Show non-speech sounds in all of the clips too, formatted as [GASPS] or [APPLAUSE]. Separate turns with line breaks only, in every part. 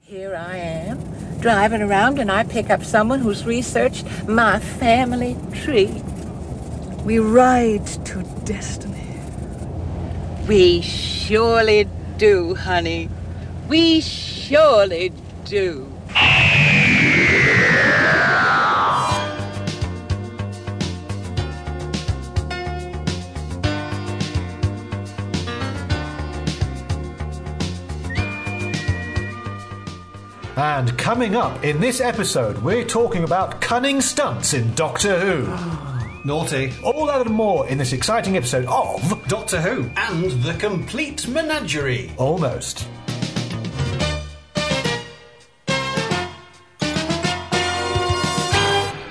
Here I am driving around and I pick up someone who's researched my family tree.
We ride to destiny.
We surely do, honey. We surely do.
And coming up in this episode, we're talking about cunning stunts in Doctor Who.
[GASPS] Naughty.
All that and more in this exciting episode of
Doctor Who. And the complete menagerie.
Almost.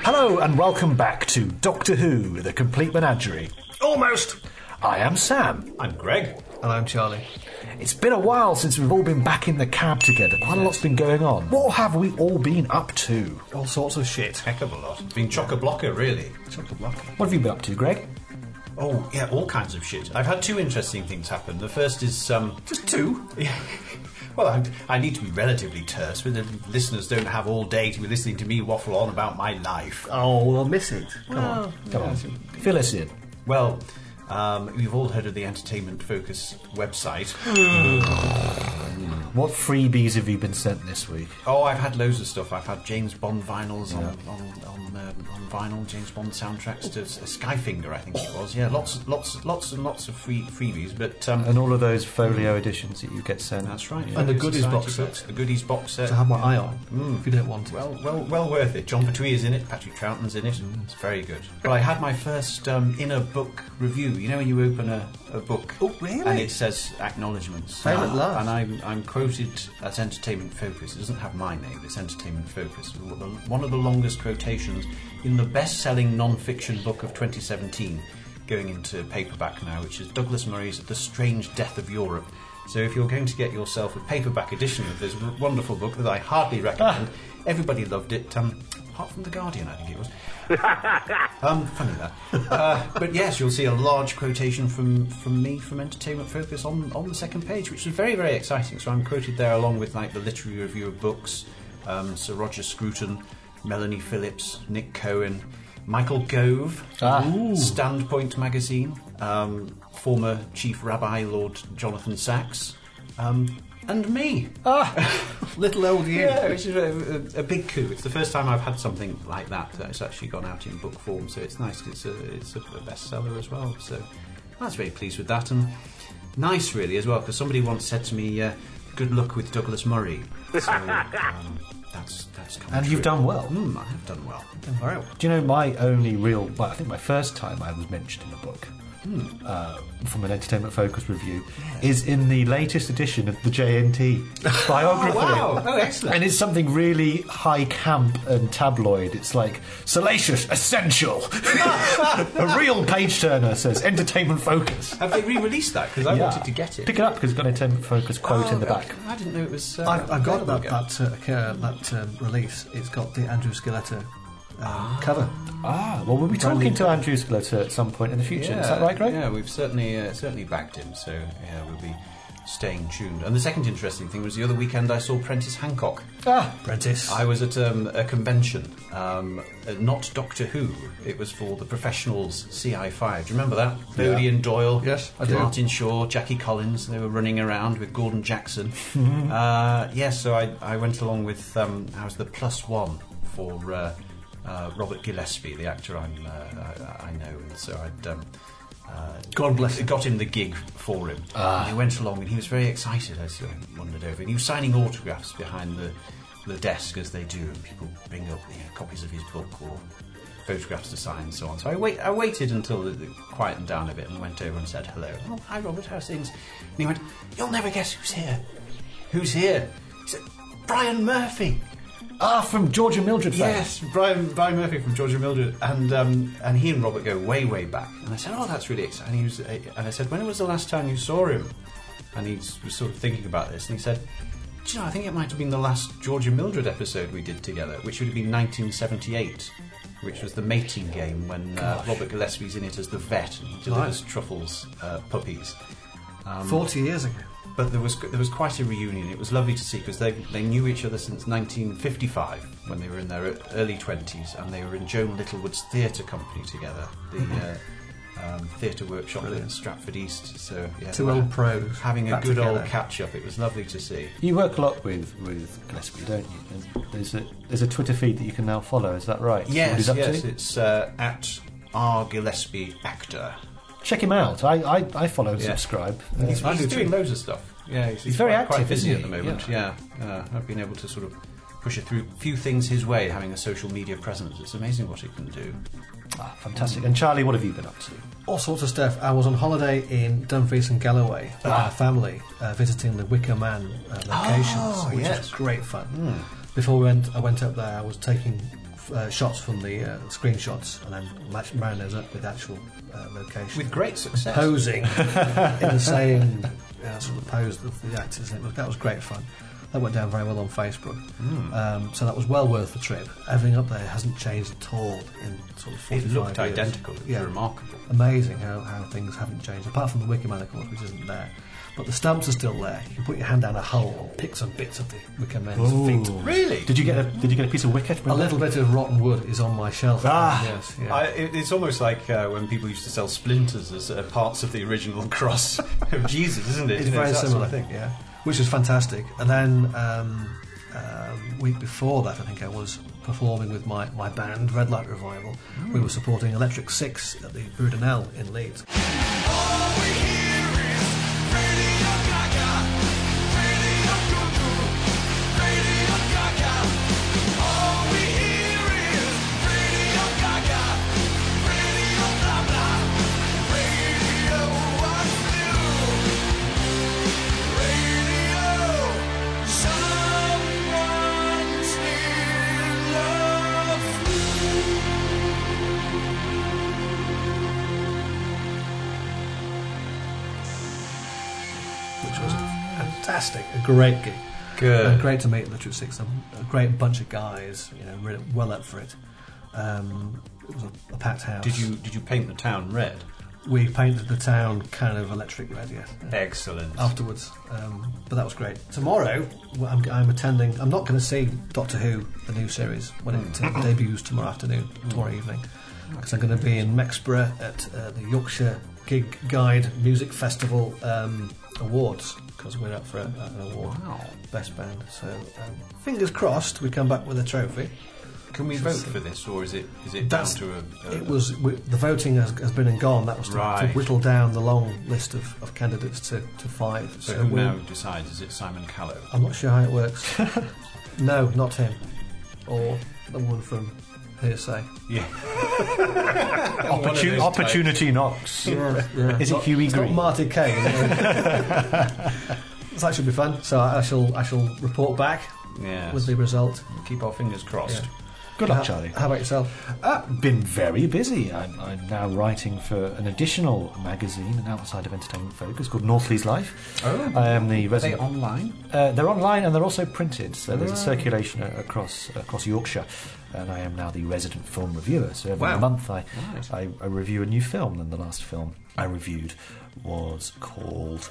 Hello and welcome back to Doctor Who, the complete menagerie.
Almost.
I am Sam.
I'm Greg. And I'm Charlie.
It's been a while since we've all been back in the cab together. Quite a lot's been going on. What have we all been up to?
All sorts of shit. Heck of a lot. Been chock a blocker, really. Chock a blocker.
What have you been up to, Greg?
Oh, yeah, all kinds of shit. I've had two interesting things happen. The first is, um. Just two? Yeah. [LAUGHS] Well, I'm, I need to be relatively terse, but the listeners don't have all day to be listening to me waffle on about my life.
Oh, they'll miss it. Come on.
Come on, fill us in.
Well, um, you've all heard of the Entertainment Focus website.
What freebies have you been sent this week?
Oh, I've had loads of stuff. I've had James Bond vinyls on on, on, um, on vinyl, James Bond soundtracks to S- Skyfinger, I think it was. Yeah, lots, lots, lots and lots of free freebies. But um,
and all of those folio editions that you get sent.
that's right.
And the
Focus
goodies
Society
box set.
books, The goodies box set. Mm.
To have my eye on if you don't want it.
Well, well, well worth it. John Pertwee is in it. Patrick Troughton's in it.
Mm.
It's very good. But I had my first um, inner book review. You know when you open a, a book,
Oh, really?
And it says acknowledgements.
Fame at
and,
last.
And I'm, I'm quoted as Entertainment Focus. It doesn't have my name. It's Entertainment Focus. One of the longest quotations in the best-selling non-fiction book of 2017, going into paperback now, which is Douglas Murray's The Strange Death of Europe. So if you're going to get yourself a paperback edition of this wonderful book that I hardly recommend, everybody loved it, um, apart from The Guardian, I think it was. Um, funny that. Uh, but yes, you'll see a large quotation from, from me from Entertainment Focus on, on the second page, which is very, very exciting. So I'm quoted there along with like the literary review of books, um, Sir Roger Scruton, Melanie Phillips, Nick Cohen, Michael Gove, Standpoint magazine, um, former Chief Rabbi Lord Jonathan Sachs, um, and me. [LAUGHS]
Little old you.
Ah. Yeah, which is a, a, a big coup. It's the first time I've had something like that that's actually gone out in book form, so it's nice. 'cause It's a it's a, a bestseller as well. So I was very pleased with that, and nice really as well because somebody once said to me, uh, "Good luck with Douglas Murray." [LAUGHS] So um, that's that's come
And
true.
you've done well.
Mm, I have done well.
Very well.
Do you know my only real? Well, I think my first time I was mentioned in a book
Hmm.
uh, from an Entertainment Focus review is in the latest edition of the
[LAUGHS]
JNT biography.
wow. Oh, excellent.
And it's something really high camp and tabloid. It's like salacious, essential, [LAUGHS] a real page turner. Says Entertainment Focus.
Have they re-released that? Because I
Yeah.
wanted to get it.
Pick it up because it's got an Entertainment Focus quote
Oh,
in the back.
I didn't know it was. Uh,
I've, I've got that,
available again.
that, uh, uh, that um, release. It's got the Andrew Skeletto um, cover.
Ah, well, we'll be talking to Andrew Scaletta at some point in the future. Is that right, Greg?
Yeah, we've certainly uh, certainly backed him, so yeah, we'll be staying tuned. And the second interesting thing was the other weekend I saw Prentice Hancock.
Ah,
Prentice.
I was at um, a convention, um, uh, not Doctor Who. It was for the professionals CI5. Do you remember that? Bodie and Doyle.
Yes, I do.
Martin Shaw, Jackie Collins. They were running around with Gordon Jackson. uh, yes, so I, I went along with. Um, I was the plus one for uh, uh, Robert Gillespie, the actor I'm, uh, I, I know, and so I'd. Um, uh, God bless him. Got him the gig for him. And he went along and he was very excited as he wandered over. And he was signing autographs behind the, the desk as they do. And people bring up you know, copies of his book or photographs to sign and so on. So I, wait, I waited until it quietened down a bit and went over and said hello. Oh, hi Robert, how's things? And he went, You'll never guess who's here. Who's here? He said, Brian Murphy.
ah, from Georgia Mildred. fame.
Yes, Brian, Brian Murphy from Georgia Mildred, and um, and he and Robert go way way back. And I said, oh, that's really exciting. He was, uh, and I said, when was the last time you saw him? And he s- was sort of thinking about this, and he said, do you know, I think it might have been the last Georgia Mildred episode we did together, which would have been 1978. Which was the mating game when uh, Robert
Um,
Gillespie's in it as the vet and he delivers Truffle's uh, puppies.
40 years ago.
But there was there was quite a reunion. It was lovely to see because they they knew each other since 1955 when they were in their e, early 20s and they were in Joan Littlewood's theatre company together, the uh, um, theatre workshop in
Mm-hmm. Brilliant.
Stratford East. So yeah,
Two
they were
old pros
having a
back
good old
together.
catch up. It was lovely to see.
You work a lot with with Gillespie, don't you? And there's a there's a Twitter feed that you can now follow. Is that right? See what
Yes,
he's up
yes,
to?
it's uh, at R Gillespie actor.
Check him out. I I, I follow and
Yeah.
subscribe.
He's,
Uh,
he's doing loads of stuff. Yeah, he's,
He's very
quite, quite
active,
busy
isn't
at the
he?
moment. Yeah, Uh, I've been able to sort of push a through few things his way, having a social media presence. It's amazing what he can do.
ah, fantastic. And Charlie, what have you been up to?
All sorts of stuff. I was on holiday in Dumfries and Galloway with
Ah.
my family, uh, visiting the Wicker Man uh, locations,
Oh,
which
yes.
was great fun. Before we went, I went up there. I was taking uh, shots from the uh, screenshots and then match- marrying those up with actual uh, locations.
With great success.
posing [LAUGHS] in the same uh, sort of pose that the actors in. It was, that was great fun. That went down very well on Facebook.
Hmm.
Um, so that was well worth the trip. Everything up there hasn't changed at all in sort of 45
it looked
years.
identical. It was
Yeah.
remarkable.
Amazing how, how things haven't changed, apart from the Wicker Man, of course, which isn't there. But the stamps are still there. You can put your hand down a hole, pick some bits of the Wicker Man's feet.
Really?
Did you get a Did you get a piece of wicket?
A little bit of rotten wood is on my shelf.
Ah.
yes, yeah.
I, it, it's almost like uh, when people used to sell splinters as uh, parts of the original [LAUGHS] cross of Jesus, isn't it?
It's
You know,
very
that
similar,
Sort of thing.
yeah. Which was fantastic. And then um, uh, week before that, I think I was performing with my, my band, Red Light Revival. We
Mm.
were supporting Electric Six at the Brudenell in Leeds. which was fantastic, a great gig.
Good.
And great to meet Literate Six, a, a great bunch of guys, you know, really well up for it. Um, it was a, a packed house.
Did you did you paint the town red?
We painted the town kind of electric red, yes.
Excellent.
Afterwards, um, but that was great. Tomorrow, well, I'm, I'm attending. I'm not going to see Doctor Who, the new series, when it
Hmm.
uh, debuts tomorrow afternoon, tomorrow evening, because I'm going to be in Mexborough at uh, the Yorkshire Gig Guide Music Festival um, Awards because we're up for a, an award, best band. So um, fingers crossed, we come back with a trophy.
Can we vote for this, or is it is it down
That's-
to a? a
It was we, the voting has, has been and gone. That was to, to
Right.
whittle down the long list of, of candidates to, to five.
So who
we'll-
now decides? Is it Simon Callow?
I'm not sure how
[LAUGHS]
it works. no, not him. Or the one from Hearsay.
Yeah.
Opportu- opportunity knocks. Is it Huey
[LAUGHS] It's not
Green?
Marty
[LAUGHS]
Kane. so that should be fun. So I I shall I shall report back
Yeah.
with the result.
Keep our fingers crossed.
Good
How-
luck, Charlie.
How about yourself?
Uh, been very busy. I'm, I'm now writing for an additional magazine and outside of Entertainment Focus called Northley's Life.
Oh.
I am the
Are they
resident.
online?
uh, they're online and they're also printed, so there's a circulation a- across across Yorkshire. And I am now the resident film reviewer. So every
Wow.
month I,
Right.
I I review a new film. And the last film I reviewed was called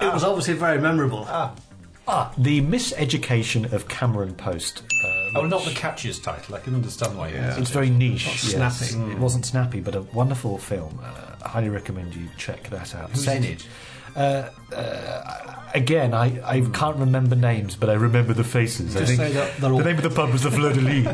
It was obviously very memorable.
Ah, The Miseducation of Cameron Post. Uh,
Oh, not the catches title. I can understand why. Yeah.
It's very niche.
Not
yes.
snappy.
It wasn't snappy, but a wonderful film. Uh, I highly recommend you check that out.
Who's in it?
Uh, uh, again, I, I can't remember names, but I remember the faces. I
Just
think
say that they're all.
the name of the pub was the Fleur de Lis.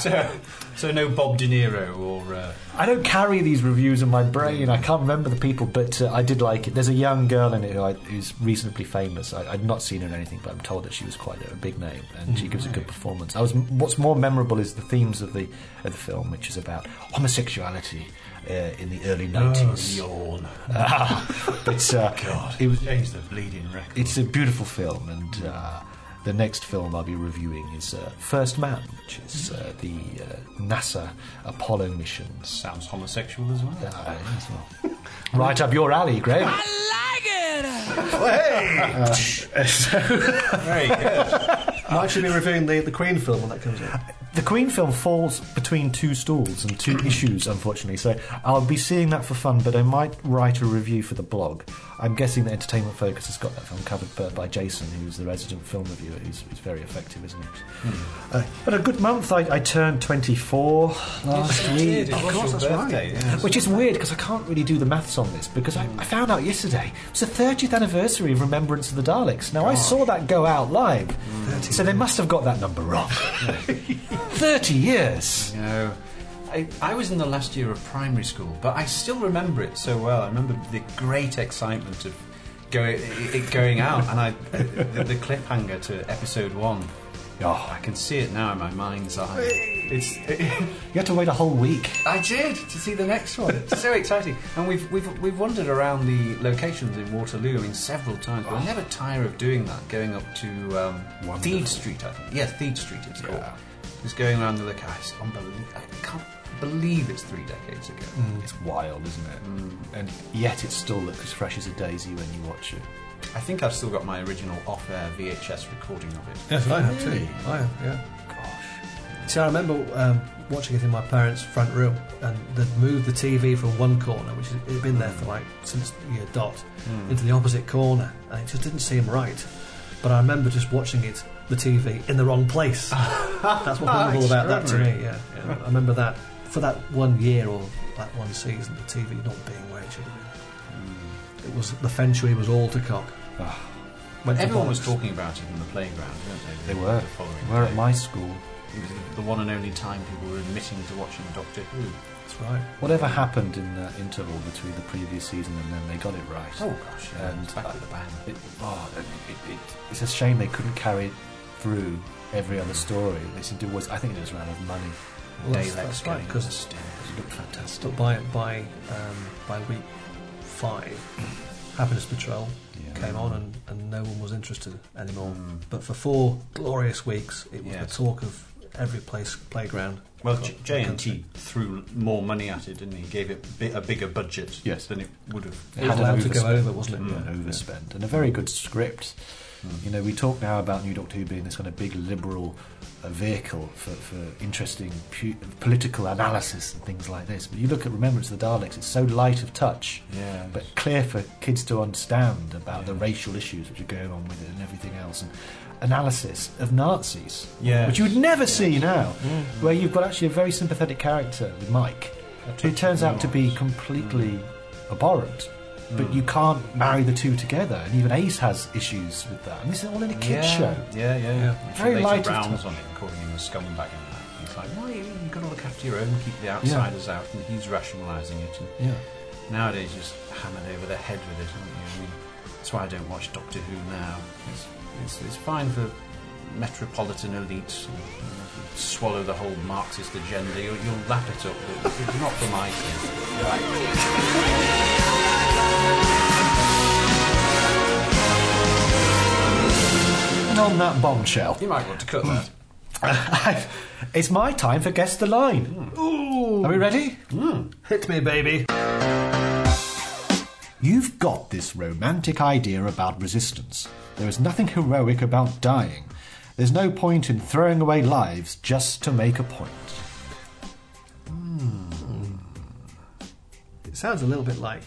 [LAUGHS] so, so no Bob De Niro or. Uh,
I don't carry these reviews in my brain. I can't remember the people, but uh, I did like it. There's a young girl in it who I, who's reasonably famous. I, I'd not seen her in anything, but I'm told that she was quite a big name, and she gives a good performance. I was. What's more memorable is the themes of the of the film, which is about homosexuality uh, in the early 90s.
yawn.
but uh,
God.
it was.
Change the bleeding record.
It's a beautiful film, and uh, the next film I'll be reviewing is uh, First Man, which is uh, the uh, NASA Apollo missions.
Sounds homosexual as well.
Uh, right up your alley, Greg.
Very good. [LAUGHS]
I should be reviewing the, the Queen film when that comes out.
the Queen film falls between two stools and two issues, unfortunately. So I'll be seeing that for fun, but I might write a review for the blog. I'm guessing that Entertainment Focus has got that film covered but by Jason, who's the resident film reviewer. He's, he's very effective, isn't he? Uh, but a good month. I, I turned 24 last week.
Of course, that's birthday, right.
Which is weird because I can't really do the maths on this because I, I found out yesterday it's the 30th anniversary of Remembrance of the Daleks. Now I saw that go out live, so they must have got that number wrong. 30 years.
No. I, I was in the last year of primary school, but I still remember it so well. I remember the great excitement of going, it going out, and I the, the cliffhanger to episode one. Oh, I can see it now in my mind's eye. It's
You had to wait a whole week.
I did to see the next one. It's so exciting, and we've we've we've wandered around the locations in Waterloo. I mean, several times. But I never tire of doing that. Going up to um, Theed Street, I think. Yeah, Theed Street. It's called. Just going around the locale. It's unbelievable. I can't believe it's three decades ago.
It's wild, isn't it? And yet it still looks as fresh as a daisy when you watch it.
I think I've still got my original off-air VHS recording of it.
Yes, I have too. I have, yeah. Gosh. See, I remember um, watching it in my parents' front room, and they'd moved the TV from one corner, which had- it had been there for like since year dot,
Hmm.
into the opposite corner, and it just didn't seem right. But I remember just watching it, the TV, in the wrong place.
[LAUGHS]
That's what's memorable about that to me. Yeah, yeah. I remember that for that one year or that one season, the TV not being where it should have been.
Hmm.
It was the feng shui was all to cock. Went to
Ah. Everyone was
bollocks.
talking about it in the playground, weren't they?
They were.
The following
We're at
day.
my school.
It was the one and only time people were admitting to watching Doctor Who.
That's right.
Whatever happened in that interval between the previous season and then, they got it right.
Oh gosh, yeah,
And
it's back with a bang.
It, oh, it, it, it's a shame they couldn't carry it through every other story. They seem to always. I think it just ran out of money.
Well,
Daleks
that's- that's
going
right, 'cause
up the stairs. It looked fantastic.
But by by um, by week five, Happiness Patrol
Yeah.
came on, and, and no one was interested anymore.
Um,
But for four glorious weeks, it was
Yes.
the talk of every place playground.
Well,
across
J-
the
J&T
country.
threw more money at it, didn't he? Gave it bi- a bigger budget
Yes.
than it would have.
It was
had an
allowed to go
overspend. Mm.
over, wasn't it?
Yeah,
Yeah.
an overspend and a very good script. You know, we talk now about New Doctor Who being this kind of big liberal uh, vehicle for, for interesting pu- political analysis and things like this. But you look at Remembrance of the Daleks; it's so light of touch,
Yeah.
but clear for kids to understand about the racial issues which are going on with it and everything else. And, Analysis of Nazis,
Yes.
which you would never see now, where you've got actually a very sympathetic character with Mike, who turns out to be completely abhorrent. But you can't marry the two together, and even Ace has issues with that. And this is all in a kid
yeah,
show.
Yeah, yeah. Which
Very
later
light of
rounds
touch.
on him, calling him a scumbag and that. He's like, well, you- you've got to look after your own, keep the outsiders out, and he's rationalising it. And
Yeah.
Nowadays, you just hammered over the head with it, haven't you? I mean, that's why I don't watch Doctor Who now. It's, it's, it's fine for metropolitan elites. And, you know, if you swallow the whole Marxist agenda, you'll, you'll lap it up, but it's not for my taste.
And on that bombshell, [LAUGHS]
You might want to cut that.
it's my time for Guess the Line. Ooh. Are we ready?
Hit me, baby.
You've got this romantic idea about resistance. There is nothing heroic about dying. There's no point in throwing away lives just to make a point.
It sounds a little bit like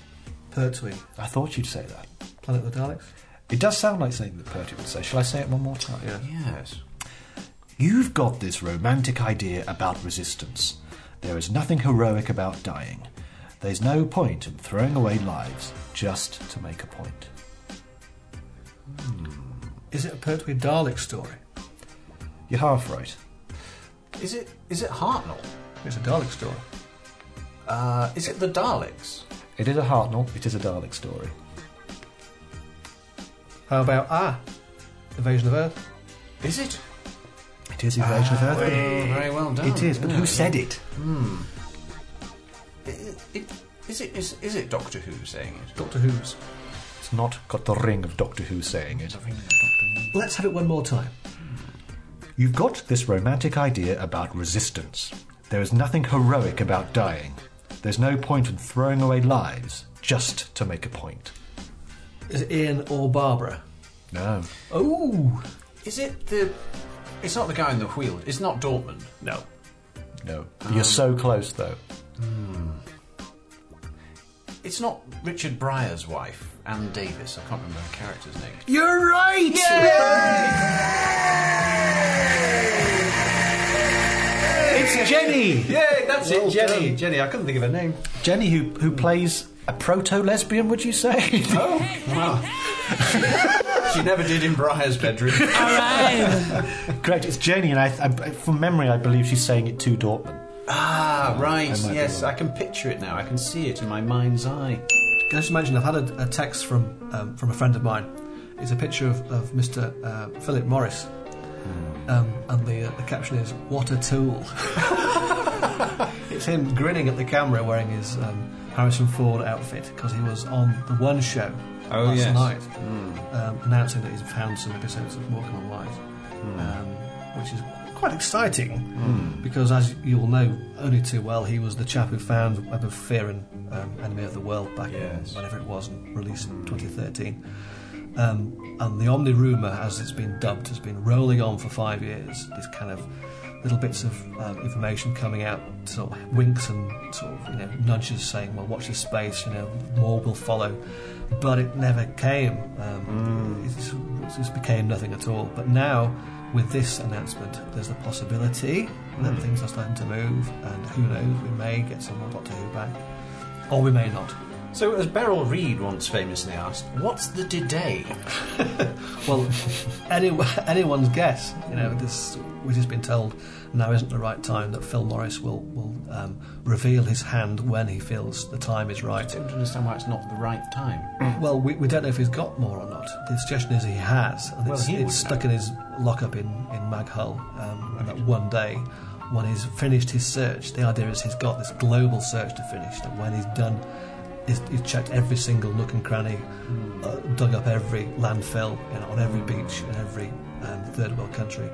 Pertwee,
I thought you'd say that.
Planet of the Daleks.
It does sound like something that Pertwee would say. Shall I say it one more time?
Yeah.
Yes.
You've got this romantic idea about resistance. There is nothing heroic about dying. There's no point in throwing away lives just to make a point.
Is it a Pertwee Dalek story?
You're half right.
[CLEARS THROAT] Is it is it Hartnell?
It's a Dalek story.
Uh, is it the Daleks?
It is a Hartnell, it is a Dalek story.
How about Ah, Invasion of Earth?
Is it?
It is Invasion of Earth.
Very Ah, well done.
It is, but who said it?
It, it, is it is, is it Doctor Who saying it?
Doctor Who's.
It's not got the ring of Doctor Who saying it.
Let's have it one more time.
You've got this romantic idea about resistance. There is nothing heroic about dying. There's no point in throwing away lives just to make a point.
Is it Ian or Barbara?
No.
Oh,
Is it the It's not the guy in the wheel. It's not Dortmund.
No.
No. You're
Um,
so close, though.
It's not Richard Breyer's wife, Anne Davis. I can't remember her character's name.
You're right!
It's Jenny!
Yay, that's
Well
it, Jenny.
done.
Jenny, I couldn't think of her name.
Jenny, who, who plays a proto lesbian, would you say? [LAUGHS]
Oh,
She never did in Breyer's bedroom.
All right.
Correct, it's Jenny, and I, I, from memory, I believe she's saying it to Dortmund.
[LAUGHS] ah,
I
right.
might be
Yes,
wrong.
I can picture it now. I can see it in my mind's eye.
Can I just imagine? I've had a, a text from um, from a friend of mine. It's a picture of, of Mr. Uh, Philip Morris,
Hmm.
um, and the uh, the caption is "What a tool." [LAUGHS] it's him grinning at the camera, wearing his um, Harrison Ford outfit because he was on the One Show
Oh,
last
yes.
night, um, announcing that he's found some episodes of Walking on Live,
Hmm.
um, which is quite exciting
Hmm.
because, as you all know only too well, he was the chap who found Web of Fear and um, Enemy of the World back
Yes.
in whenever it was and released in 2013. Um, and the Omni rumour, as it's been dubbed, has been rolling on for five years. These kind of little bits of um, information coming out, sort of winks and sort of you know nudges, saying, "Well, watch this space," you know, more will follow. But it never came. Um, it, just, it just became nothing at all. But now, with this announcement, there's the possibility that things are starting to move, and who knows, we may get some more Doctor Who back, or we may not.
So, as Beryl Reed once famously asked, "What's the d-day?"
Well, any, [LAUGHS] anyone's guess. You know, this we've just been told now isn't the right time that Phil Morris will will um, reveal his hand when he feels the time is
I
right.
don't understand why it's not the right time.
Well, we, we don't know if he's got more or not. The suggestion is he has, and
Well,
it's,
he would
it's stuck in his lockup in in Mag Hull. Um, And that one day, when he's finished his search, the idea is he's got this global search to finish. That when he's done, he's, he's checked every single nook and cranny,
Hmm.
uh, dug up every landfill, you know, on every beach in every um, third world country.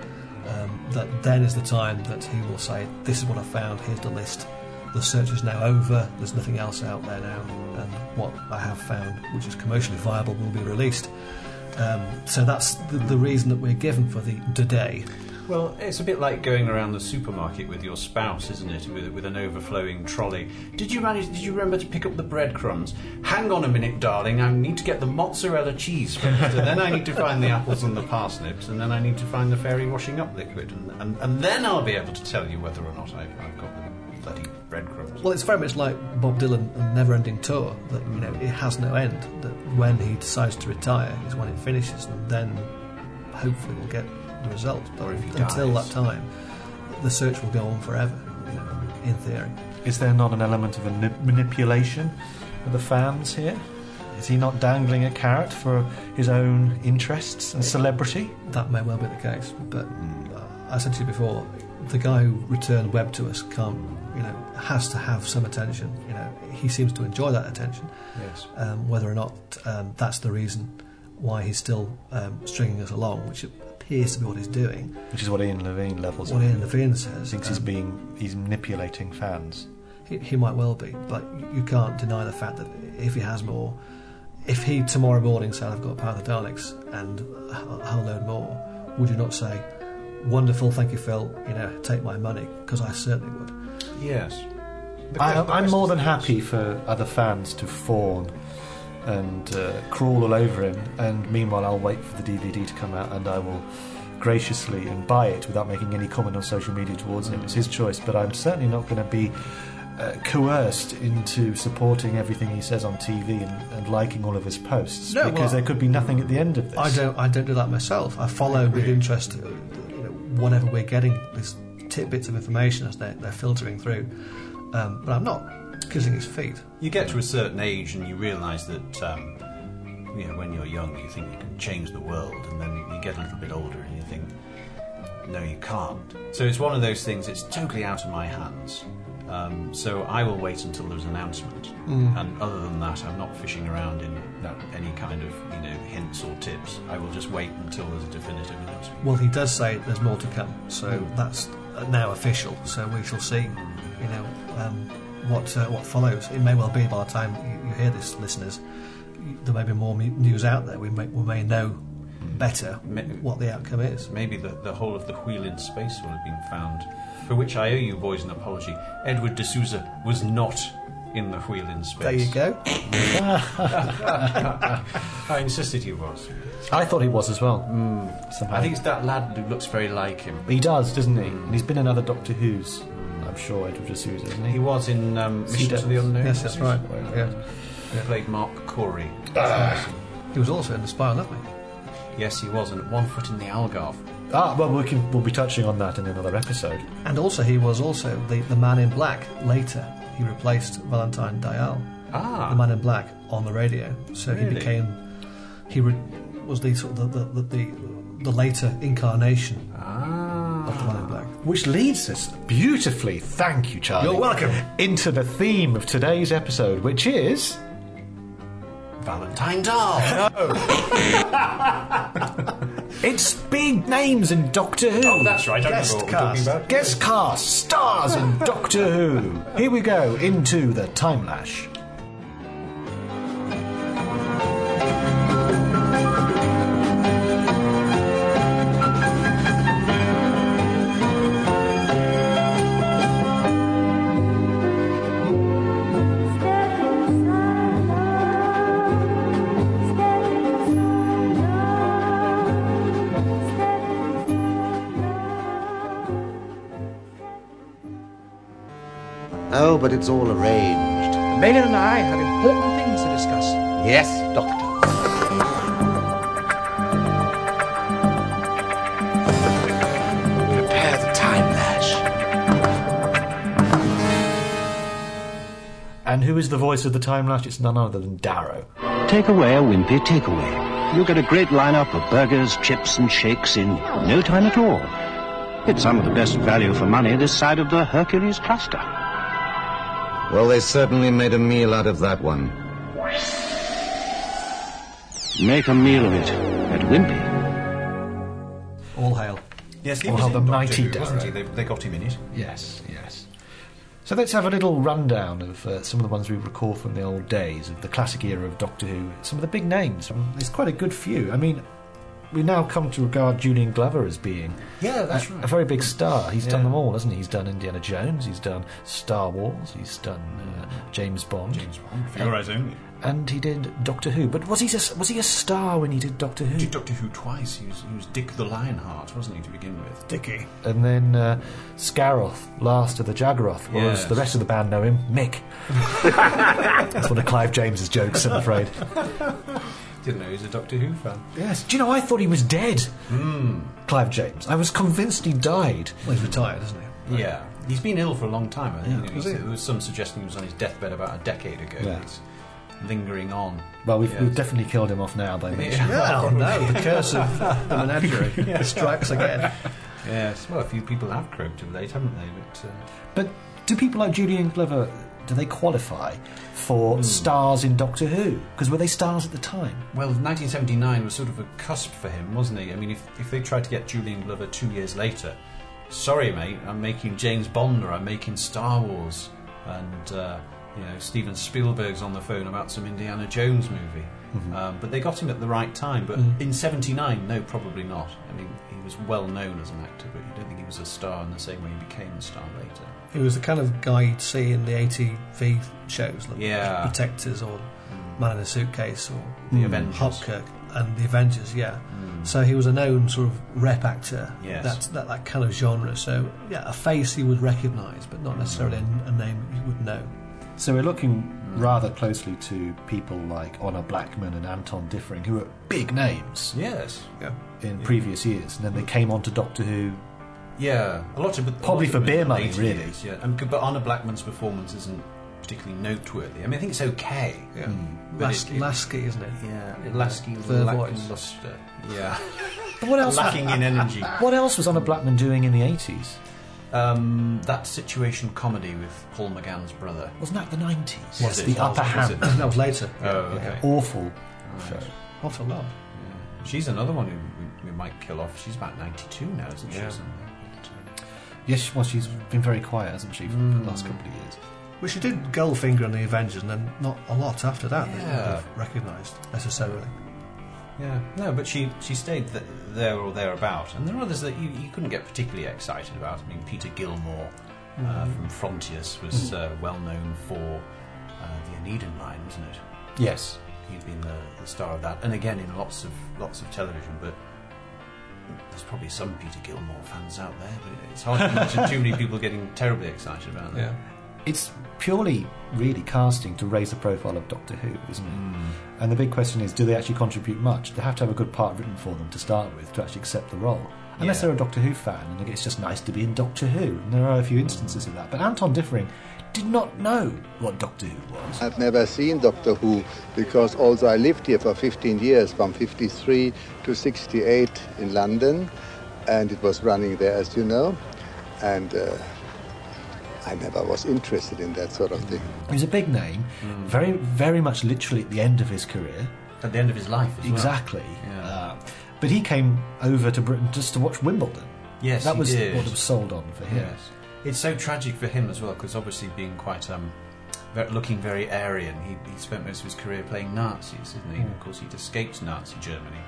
Um, that then is the time that he will say, "This is what I found. Here's the list." The search is now over, there's nothing else out there now, and what I have found, which is commercially viable, will be released. Um, so that's the, the reason that we're given for the today.
Well, it's a bit like going around the supermarket with your spouse, isn't it? With, with an overflowing trolley. Did you manage? Did you remember to pick up the breadcrumbs? Hang on a minute, darling. I need to get the mozzarella cheese first, and then I need to find the apples and the parsnips, and then I need to find the fairy washing up liquid, and, and, and then I'll be able to tell you whether or not I've, I've got the bloody breadcrumbs.
Well, it's very much like Bob Dylan and Never Ending Tour, that you know it has no end. That when he decides to retire is when it finishes, and then hopefully we'll get the result. But
Or if he
until
dies.
that time, the search will go on forever, you know, in theory.
Is there not an element of a ni- manipulation of the fans here? Is he not dangling a carrot for his own interests and celebrity?
That may well be the case, but
Mm.
uh, I said to you before, the guy who returned Webb to us can't, you know, has to have some attention. You know, he seems to enjoy that attention.
Yes.
Um, whether or not um, that's the reason why he's still um, stringing us along, which appears to be what he's doing.
Which is what Ian Levine levels
What
at.
Ian Levine says,
thinks he's
um,
being he's manipulating fans.
he, he might well be, but you can't deny the fact that if he has more, if he tomorrow morning said I've got Power of the Daleks and a wh- a whole load more, would you not say, wonderful, thank you, Phil, you know, take my money? Because I certainly would.
Yes. The
I,
que- the
I'm more than
question is-
happy for other fans to fawn and uh, crawl all over him. And meanwhile, I'll wait for the DVD to come out, and I will graciously and buy it without making any comment on social media towards him. It's his choice, but I'm certainly not going to be. Uh, coerced into supporting everything he says on TV and, and liking all of his posts
No,
because
well,
there could be nothing at the end of this.
I don't. I don't do that myself. I follow with interest, uh, you know, whenever we're getting these tidbits of information as they're, they're filtering through. Um, but I'm not kissing his feet.
You get to a certain age and you realise that, um, you know, when you're young, you think you can change the world, and then you get a little bit older and you think, no, you can't. So it's one of those things. It's totally out of my hands. Um, so I will wait until there's an announcement, and other than that, I'm not fishing around in any kind of you know hints or tips. I will just wait until there's a definitive announcement.
Well, he does say there's more to come, so that's now official. So we shall see, you know, um, what uh, what follows. It may well be by the time you, you hear this, listeners, there may be more mu- news out there. We may we may know better
Ma-
what the outcome is.
Maybe the, the whole of the wheel in space will have been found. For which I owe you boys an apology. Edward de Souza was not in the wheel in space.
There you go.
I insisted he was.
I thought he was as well.
Hmm.
Somehow.
I think it's that lad who looks very like him.
he does, doesn't he? And he's been another Doctor Who's. I'm sure Edward D'Souza, isn't he?
He was in um,
Sea
Mission to the
Devils.
Unknown.
Yes, that's right. Yeah.
He played Mark Corey.
He was also in the spy on that mate.
Yes, he was, and one foot in the Algarve.
Ah, well, we can, we'll be touching on that in another episode.
And also, he was also the, the man in black later. He replaced Valentine Dial, the
Ah,
man in black, on the radio. So he
Really?
became. He re, was the sort of the, the, the, the, the later incarnation of the man in black.
Which leads us beautifully, thank you, Charlie.
You're welcome.
Into the theme of today's episode, which is.
Valentine
[LAUGHS]
Dahl.
It's big names in Doctor Who.
oh, that's right. I
Guest
remember what we're talking
cast.
about.
Guest cast stars in Doctor [LAUGHS] Who. Here we go into the time lash.
Oh, but it's all arranged.
Maynard and I have important things to discuss.
Yes, Doctor. Prepare the time lash.
And who is the voice of the time lash? It's none other than Darrow.
Take away a wimpy takeaway. You'll get a great lineup of burgers, chips, and shakes in no time at all. It's some of the best value for money this side of the Hercules cluster.
Well, they certainly made a meal out of that one.
Make a meal of it at Wimpy.
All hail.
Yes, he
Oh,
was
how
in
the
Doctor
mighty
Who, wasn't he?
Darrow.
They, they got him in it.
Yes, yes. So let's have a little rundown of uh, some of the ones we recall from the old days of the classic era of Doctor Who. Some of the big names. Um, There's quite a good few. I mean, we now come to regard Julian Glover as being
Yeah,
a, a very big star. He's done them all, hasn't he? He's done Indiana Jones. He's done Star Wars. He's done uh, James Bond.
For your eyes only.
and he did Doctor Who. But was he a, was he a star when he did Doctor Who?
Did Doctor Who twice. He was, he was Dick the Lionheart, wasn't he, to begin with?
Dicky.
And then uh, Scaroth, last of the Jaggeroth, or as
Yes.
the rest of the band know him,
[LAUGHS]
Mick. That's one of Clive James's jokes, I'm afraid.
Didn't know he was a Doctor Who fan.
Yes. Do you know I thought he was dead?
Hmm.
Clive James. I was convinced he died.
Well, he's retired, isn't he?
Yeah, he's been ill for a long time. I think. You know,
was
he's-
he?
There was some suggesting he was on his deathbed about a decade ago.
Yeah.
It's lingering on.
Well, we've,
Yes. [LAUGHS]
we've definitely killed him off now by mention.
Oh,
Well, no, the curse of the menagerie strikes again.
Yes, well, a few people have croaked of late, haven't they? But uh,
But do people like Julian Glover, do they qualify for
Hmm.
stars in Doctor Who? Because were they stars at the time?
well, 1979 was sort of a cusp for him, wasn't he? I mean, if if they tried to get Julian Glover two years later, sorry, mate, I'm making James Bond or I'm making Star Wars, and uh, you know Steven Spielberg's on the phone about some Indiana Jones movie. Um, but they got him at the right time. But in '79, no, probably not. I mean, he was well known as an actor, but you don't think he was a star in the same way he became a star later.
He was the kind of guy you'd see in the ATV shows, like
Yeah. Mm.
Protectors or Man in a Suitcase or
The Avengers. Mm.
Hopkirk and the Avengers. Yeah, so he was a known sort of rep actor.
Yes.
that, that that kind of genre. So yeah, a face he would recognise, but not necessarily
Mm.
a, a name you would know.
So we're looking rather closely to people like Honor Blackman and Anton Differing, who are big names
Yes. Yeah.
in previous years, and then they came on to Doctor Who.
Yeah, a lot of but
Probably
a lot of
for
it was
beer
in
money,
later
really.
years, yeah, and, but Anna Blackman's performance isn't particularly noteworthy. I mean, I think it's okay.
Yeah,
Hmm.
But
Las-
it- it-
Lasky, isn't it?
Yeah, Lasky
Third
lack
voice.
luster.
[LAUGHS]
Yeah, [LAUGHS]
But what else?
lacking in energy.
What else was Honor Blackman doing in the eighties?
Um, that situation comedy with Paul McGann's brother.
Wasn't that the nineties?
Was
Yes,
it?
the
Oh,
Upper
was
Hand.
it?
[CLEARS THROAT] That was later.
[LAUGHS]
Oh, okay.
Awful. show.
What a lot.
She's another one who we, we might kill off. She's about ninety-two now, isn't she? or something?
Yes, well, she's been very quiet, hasn't she, for the last couple of years?
Well, she did Goldfinger and the Avengers, and then not a lot after that that you would
Yeah.
have recognised necessarily.
Yeah, no, but she she stayed th- there or thereabout, and there are others that you, you couldn't get particularly excited about. I mean, Peter Gilmore uh,
Mm-hmm.
from Frontiers was uh, well known for uh, the Anedon line, wasn't it?
Yes.
He'd been the, the star of that, and again in lots of lots of television. But there's probably some Peter Gilmore fans out there, but it's hard to imagine too
[LAUGHS]
many people getting terribly excited about that.
Yeah.
It's purely really casting to raise the profile of Doctor Who, isn't it? And the big question is do they actually contribute much? They have to have a good part written for them to start with to actually accept the role. Unless
Yeah.
they're a Doctor Who fan and think it's just nice to be in Doctor Who. And there are a few instances of that. But Anton Differing did not know what Doctor Who was.
I've never seen Doctor Who because although I lived here for 15 years, from 53 to 68 in London, and it was running there, as you know, and uh, I never was interested in that sort of thing.
He was a big name,
Mm.
very, very much literally at the end of his career.
At the end of his life, as well.
Exactly.
Yeah.
Uh, but he came over to Britain just to watch Wimbledon.
Yes,
that
he
was
did.
what was sold on for him.
Yes. It's so tragic for him as well, because obviously being quite um, ve- looking very Aryan, he, he spent most of his career playing Nazis, didn't
Hmm.
he? And Of course, he'd escaped Nazi Germany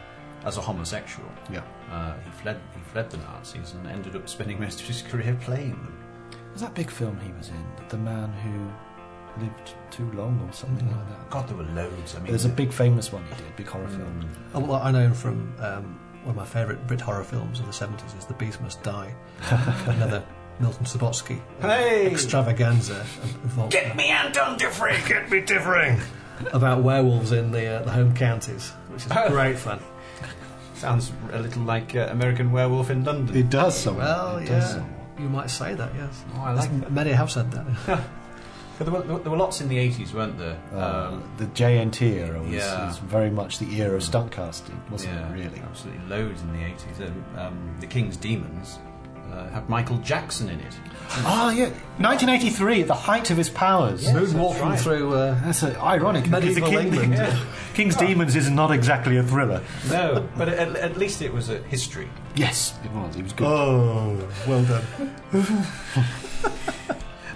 as a homosexual.
Yeah.
Uh, he fled. He fled the Nazis and ended up spending [LAUGHS] most of his career playing them.
Was that big film he was in, The Man Who Lived Too Long or something like that?
God, there were loads. I mean,
There's a big famous one he did, big
Mm.
horror film.
Oh, well, I know from um, one of my favourite Brit horror films of the 70s is The Beast Must [LAUGHS] Die. Another Milton Subotsky uh,
Hey!
extravaganza of- involved
Get me Anton Differing. Get me [LAUGHS]
differing about werewolves in the, uh, the home counties, which is
Oh.
great fun.
Sounds a little like uh, American Werewolf in London.
It does somewhat.
Well,
it does
yeah,
somewhat.
you might say that, yes.
Oh, I like
As Many have said that.
But there, were, there were lots in the 80s, weren't there?
Uh,
Um,
the JNT era was,
yeah. Mm.
was very much the era of stunt casting, wasn't
yeah,
it, really?
Absolutely loads in the 80s. Um, um, the King's Demons uh, had Michael Jackson in it.
Ah, yeah. 1983, at the height of his powers.
Moonwalking through. Uh,
That's uh, ironic. because the
Medieval England.
King's Demons is not exactly a thriller.
No, but at, at least it was a history.
Yes, it was. It was good.
oh, well done.
[LAUGHS]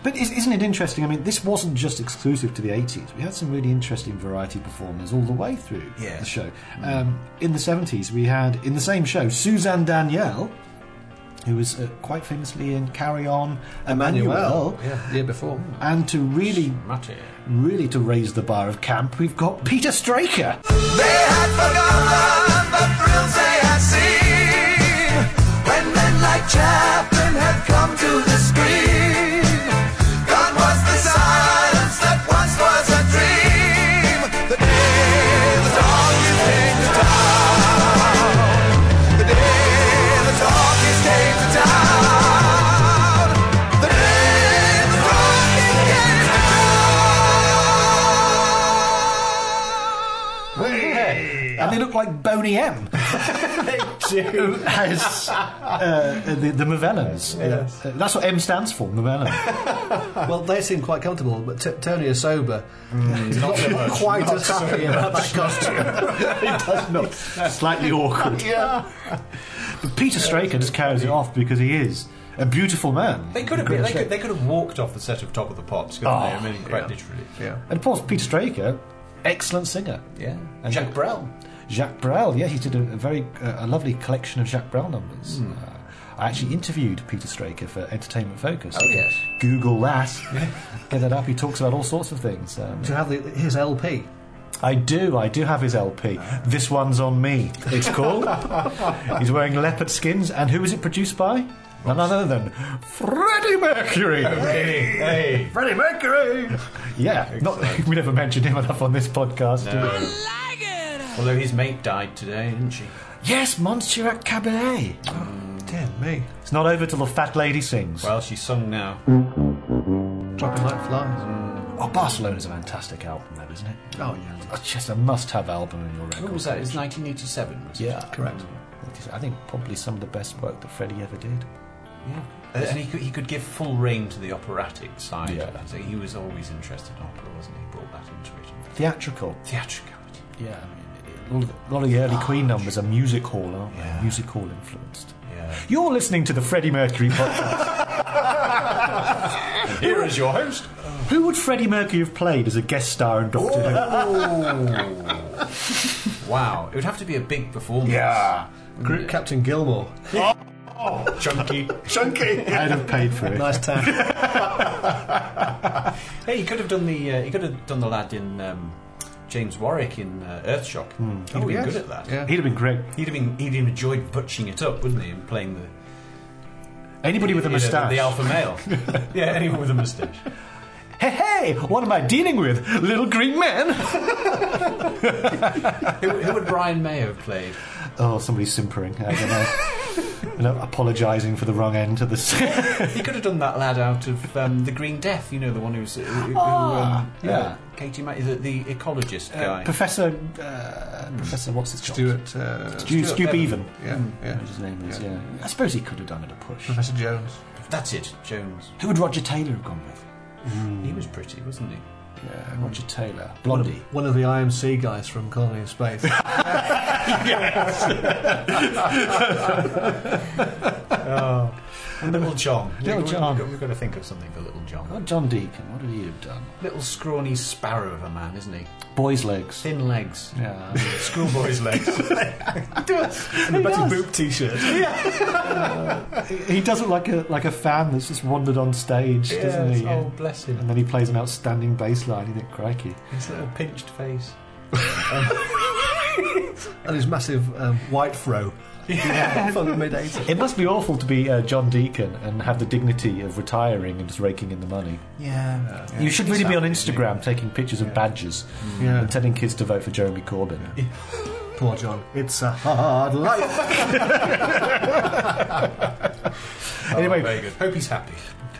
But is, isn't it interesting? I mean, this wasn't just exclusive to the 80s. We had some really interesting variety performers all the way through
Yeah.
the show. Um, in the 70s, we had, in the same show, Suzanne Danielle, who was uh, quite famously in Carry On Emmanuel.
yeah, the year before.
And to really,
Matty.
really to raise the bar of camp, we've got Peter Straker. And they look like Boney
[LAUGHS]
M. Who has uh, the, the Mavellans. Uh, that's what M stands for, Mavellan.
Well, they seem quite comfortable, but t- Tony is sober. [LAUGHS] He's Hmm, not quite as happy about that [LAUGHS] costume.
it does not. [LAUGHS] Slightly
[LAUGHS]
awkward. Yeah. But Peter Straker just carries it off because he is a beautiful man.
They could have been, they, could, they could have walked off the set of Top of the Pops, couldn't they?
Oh,
I mean, quite literally.
yeah.
And of course, Peter Straker, excellent singer.
Yeah.
And
Jack Brel.
Jacques Brel, yeah, he did a, a very uh, a lovely collection of Jacques Brel numbers. Uh, I actually interviewed Peter Straker for Entertainment Focus.
Oh, yes.
Google that. Get that up. He talks about all sorts of things. Um,
To have the, his LP.
I do, I do have his LP. This one's on me. It's called. He's wearing leopard skins, and who is it produced by? None other than Freddie Mercury.
Hey!
Freddie Mercury. [LAUGHS] Yeah, not, we never mentioned him enough on this podcast. did we?
Although his mate died today, didn't she?
Yes, Montserrat Cabaret.
Dear me.
It's not over till the fat lady sings.
Well, she's sung now.
Dropping like flies.
oh, Barcelona's a fantastic album, though, isn't it?
Oh, yeah.
It's just a must-have album in your record.
What was that? It was 1987, was it?
Yeah,
Correct.
I think probably some of the best work that Freddie ever did.
Yeah. And and he could, he could give full rein to the operatic side.
Yeah.
So he was always interested in opera, wasn't he? He brought that into it.
Theatrical.
Theatricality.
Yeah, I mean, a lot of the- a lot of the early Queen numbers are music hall, aren't
Yeah.
they? Music hall influenced.
Yeah.
You're listening to the Freddie Mercury podcast.
Here is your host.
Oh. Who would Freddie Mercury have played as a guest star in Doctor Who?
[LAUGHS] Wow, it would have to be a big performance. Mm.
Yeah. Group Captain Gilmore.
Oh, chunky.
Chunky.
I'd have paid for it.
Nice time.
Hey, you could have done the uh, you could have done the lad in um, James Warwick in uh, Earthshock.
Hmm. Oh,
He'd have been good at that.
He'd have been great.
He'd have been he'd have enjoyed butching it up, wouldn't he? And playing the
Anybody with a
you know, the-
moustache.
the
[LAUGHS]
alpha male. yeah, anyone with a moustache.
hey, hey, what am I dealing with? Little green man?
who, who would Brian Mayo have played?
oh, somebody's simpering. I don't know. And apologising for the wrong end of the.
He could have done that lad out of um, the Green Death. You know, the one who's uh, who, who, um,
Ah, yeah.
uh, Katie, Ma- the, the ecologist guy.
Professor. Uh, Professor, what's his job?
Stuart. Uh,
Stu,
Stuart
Stu
Bevan.
Bevan.
yeah, yeah.
His name is, yeah. I suppose he could have done it a
[LAUGHS]
push.
Professor Jones.
That's it, Jones.
Who would Roger Taylor have gone with?
He was pretty, wasn't he?
Yeah, Roger Taylor. Blondie.
One of the IMC guys from Colony of Space. [LAUGHS]
And Little John.
Little
We've-
John.
We've got, we've got to think of something for Little John.
Oh, John Deacon, what would he have done?
Little scrawny sparrow of a man, isn't he?
Boy's legs.
Thin legs.
Yeah.
Schoolboy's legs.
and a Betty Boop t shirt.
[LAUGHS] he does it like a like a fan that's just wandered on stage, doesn't he?
Oh, bless him.
And then he plays an outstanding bass line. You think, crikey.
His little pinched face.
And his massive um, white fro. [LAUGHS] Yeah. From the mid 80s.
It must be awful to be uh, John Deacon and have the dignity of retiring and just raking in the money.
[LAUGHS] Yeah.
you should really be on Instagram taking pictures of badges
Yeah.
and telling kids to vote for Jeremy Corbyn.
Poor John. It's a hard life.
Anyway.
Oh, very good. Hope he's happy.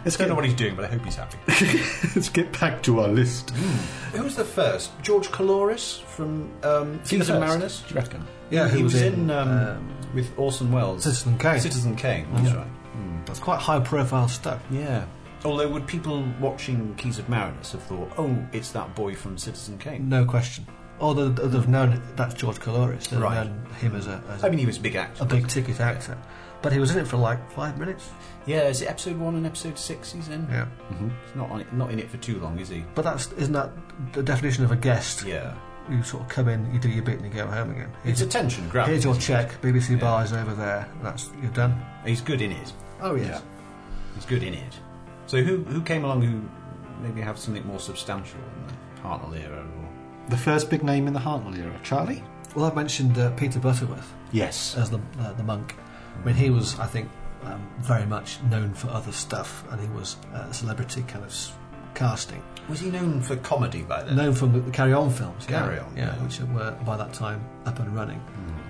I don't know what he's doing, but I hope he's happy.
[LAUGHS] Let's get back to our list.
Who was the first? George Caloris from um, Kings
first?
and Mariners.
Do you reckon?
Yeah,
he was in um, with Orson Welles.
Citizen Kane.
Citizen Kane. That's right.
That's quite high profile stuff.
Yeah. Although, would people watching Keys of Mariners have thought, "Oh, it's that boy from Citizen Kane"?
No question. Or they- they've known that's George Caloris. They've
Right.
known him as a, as a,
I mean, he was a big actor.
a big ticket actor. But he was in it for like five minutes.
Yeah, is it episode one and episode six he's in?
Yeah.
He's not on it, not in it for too long, is he?
But that's isn't that the definition of a guest?
Yeah.
You sort of come in, you do your bit, and you go home again.
It's
Here's,
attention grabbing.
here's your
isn't
check. BBC bar is over there. and That's you're done.
it? He's good in it.
Oh yes.
He's good in it. So who who came along who maybe have something more substantial in the Hartnell era? Or...
The first big name in the Hartnell era, Charlie.
Well, I've mentioned uh, Peter Butterworth
Yes.
as the uh, the monk. I mean, he was, I think, um, very much known for other stuff, and he was uh, celebrity kind of s- casting.
Was he known for comedy by then?
known from the, the Carry On films, yeah,
Carry On,
yeah,
yeah. Hmm.
which were by that time up and running.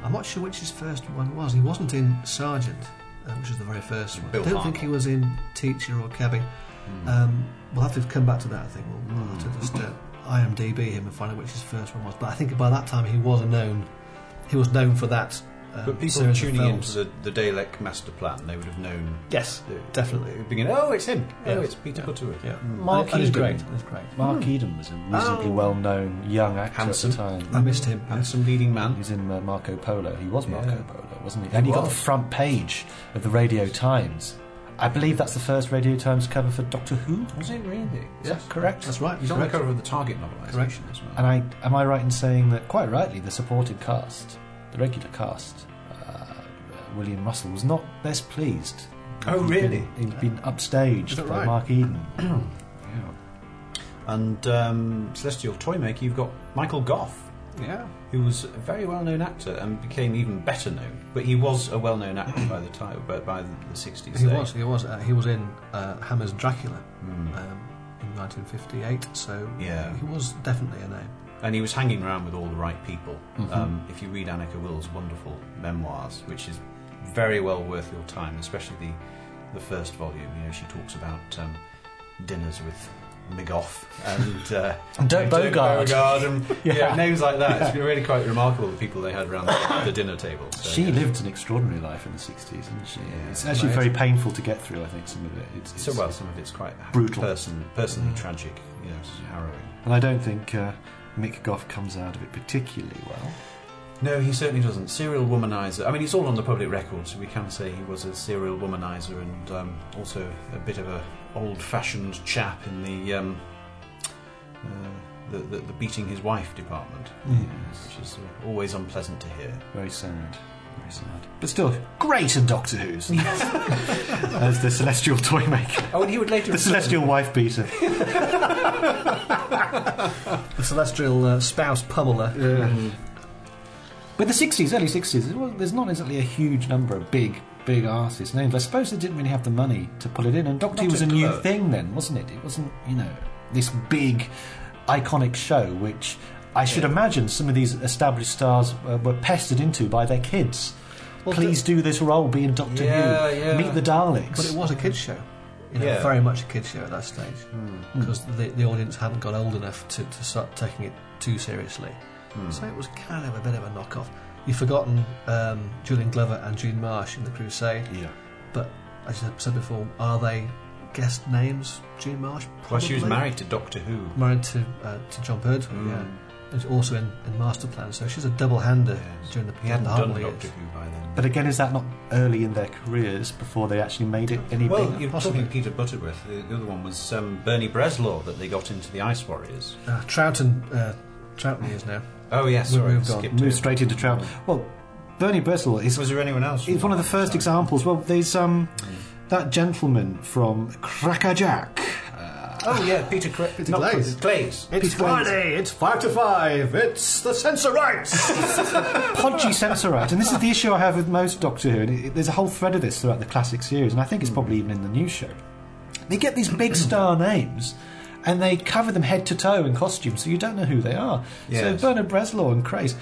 I'm not sure which his first one was. He wasn't in Sergeant, uh, which was the very first one.
Bill
I don't think
Hartnell. Hmm.
he was in Teacher or Cabby. Um, we'll have to come back to that. I think we'll, we'll have to just uh, IMDb him and find out which his first one was. But I think by that time he was a known. He was known for that. Um,
But people
series of
tuning
films.
into the, the Dalek master plan, they would have known.
yes, definitely.
Beginning, oh, it's him.
Yeah.
Oh, it's Peter Butterworth.
Yeah,
Mark
and he's
Eden.
great. He's great.
Mark Eden was a reasonably well-known young actor
Handsome.
at the time.
I missed him.
Handsome leading man.
He's in uh, Marco Polo. He was Marco
Yeah.
Polo, wasn't he? and he got the
was.
front page of the Radio Times. I believe that's the first Radio Times cover for Doctor Who.
Was it really? Is that
correct. That's right.
He's on the
correct.
cover of the Target novelisation as well.
And I am I right in saying that quite rightly the supporting cast, the regular cast, uh, William Russell was not best pleased.
Oh,
He'd
really?
Been, he'd been upstaged
Is
by
that right?
Mark Eden.
And um, Celestial Toymaker, you've got Michael Goff,
Yeah.
who was a very well known actor and became even better known. But he was a well known actor by the time, by, by the, the 60s.
He
there.
was. He was. Uh, he was in uh, Hammer's Dracula um, in 1958. So
Hmm. Yeah.
he was definitely a name.
And he was hanging around with all the right people. Um, if you read Annika Will's wonderful memoirs, which is very well worth your time, especially the, the first volume, you know, she talks about um, dinners with McGough and uh,
And Dirk
Dirk
Bogarde.
Bogarde and yeah.
Yeah.
names like that. It's really quite remarkable the people they had around the, the dinner table. So,
She
yeah.
lived an extraordinary life in the 60s, didn't she? it's actually
Right.
very painful to get through, I think, some of it. It's, it's,
So well, some of it's quite
Brutal.
person, personally tragic. You know, it's harrowing.
And I don't think uh, Mick Goff comes out of it particularly well.
No, he certainly doesn't. Serial womanizer. I mean, it's all on the public record, so we can say he was a serial womanizer and um, also a bit of a old-fashioned chap in the um, uh, the, the, the beating his wife department,
Mm. Yes.
which is always unpleasant to hear.
Very sad. Very sad. But still, great in Doctor Who's. [LAUGHS] As the celestial toy maker.
Oh, and he would
[LAUGHS]
later
The celestial wife beater.
The celestial uh, spouse pummeler.
But the 60s, early 60s, it was, there's not exactly a huge number of big, big artists' names. I suppose they didn't really have the money to pull it in. And Doctor Who
Not
was
a
a new
clue.
thing then, wasn't it? It wasn't, you know, this big, iconic show, which I should imagine some of these established stars uh, were pestered into by their kids. Please do this role, be in Doctor
Yeah,
Who.
yeah.
Meet the Daleks.
But it was a kids' show. You know,
Yeah. Hmm.
very much a kids' show at that stage. Because the, the audience hadn't got old enough to, to start taking it too seriously.
Hmm.
So it was kind of a bit of a knockoff. You've forgotten um, Julian Glover and June Marsh in The Crusade.
Yeah.
But as I said before, are they guest names? June Marsh?
Well, she was
Probably.
married to Doctor Who.
Married to, uh, to John Pertwee,
Mm.
yeah. And she's also in, in Master Plan. So she's a double hander
Yes.
during the,
He hadn't
the
done
Humble
Doctor
years.
Who by then.
But again, is that not early in their careers before they actually made it any
Well,
bigger?
you're
possibly.
talking Peter Butterworth. The, the other one was um, Bernie Breslau that they got into the Ice Warriors.
Uh, Troughton, uh, Troughton years now.
Oh yes,
We
sorry,
moved on.
skipped
Move
it.
straight into Trout. Well, Bernie Breslau is
Was there anyone else?
It's one of the first examples. Well, there's um, that gentleman from Crackerjack.
Oh yeah, Peter, Cra- not
Glaze.
Cra- Glaze.
It's Friday. It's five to five. It's the censor rights.
Podgy Sensorite. And this is the issue I have with most Doctor Who. And it, it- there's a whole thread of this throughout the classic series, and I think it's probably even in the new show. They get these big star names. And they cover them head to toe in costume, so you don't know who they are.
Yes.
So Bernard Breslau and Craze,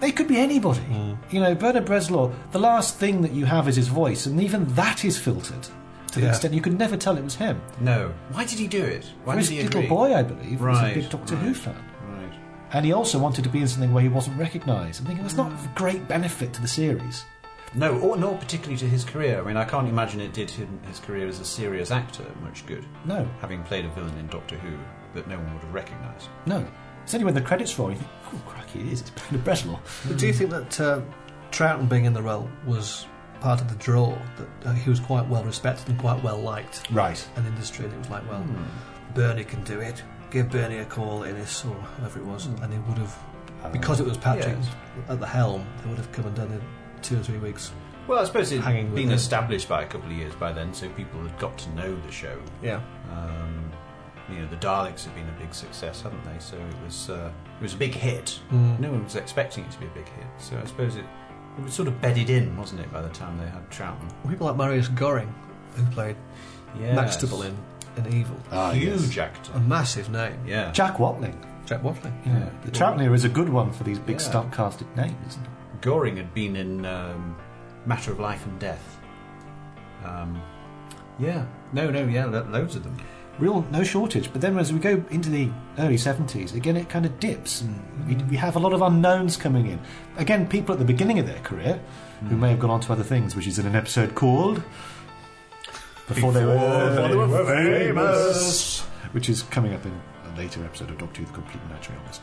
they could be anybody.
Hmm.
You know, Bernard Breslau, the last thing that you have is his voice, and even that is filtered to the
Yeah.
extent you could never tell it was him.
No. Why did he do it? Why
Chris
did he
Little
agree?
Boy, I believe,
Right,
was a big Doctor Who
right.
fan.
Right.
And he also wanted to be in something where he wasn't recognised. I'm thinking that's not of great benefit to the series.
No, or nor particularly to his career. I mean, I can't imagine it did him, his career as a serious actor much good,
No,
having played a villain in Doctor Who that no one would have recognised.
no. It's only when the credits roll, you think, oh, cracky, it is. It's Bernard Breslau.
[LAUGHS] But do you think that uh, Troughton being in the role was part of the draw? That uh, he was quite well respected and quite well liked
Right.
in the industry, and it was like,
Um,
well,
Hmm.
Bernie can do it. Give Bernie a call, Innes, or whoever it was, and he would have,
Uh,
because it was Patrick
Yes.
at the helm, they would have come and done it two or three weeks.
Well, I suppose it
Hanging
had
with
been
him.
established by a couple of years by then, so people had got to know the show.
Yeah.
Um, you know, the Daleks had been a big success, hadn't they? So it was uh, it was a big hit. No one was expecting it to be a big hit. So I suppose it it was sort of bedded in, wasn't it? By the time they had Troughton,
People like Marius Goring, who played
Yes.
Maxtable in, in Evil,
huge actor.
a massive name.
yeah.
ah, Jack Watling.
Jack Watling.
Yeah. The Troutner is a good one for these big
Yeah.
star casted names, isn't it?
Goring had been in um, Matter of Life and Death. Um, yeah, no, no, yeah, lo- loads of them.
Real, no shortage. But then as we go into the early 70s, again, it kind of dips, and we, we have a lot of unknowns coming in. Again, people at the beginning of their career who may have gone on to other things, which is in an episode called. Before, they were, famous, which is coming up in a later episode of Doctor Who: The Complete Menagerie, almost.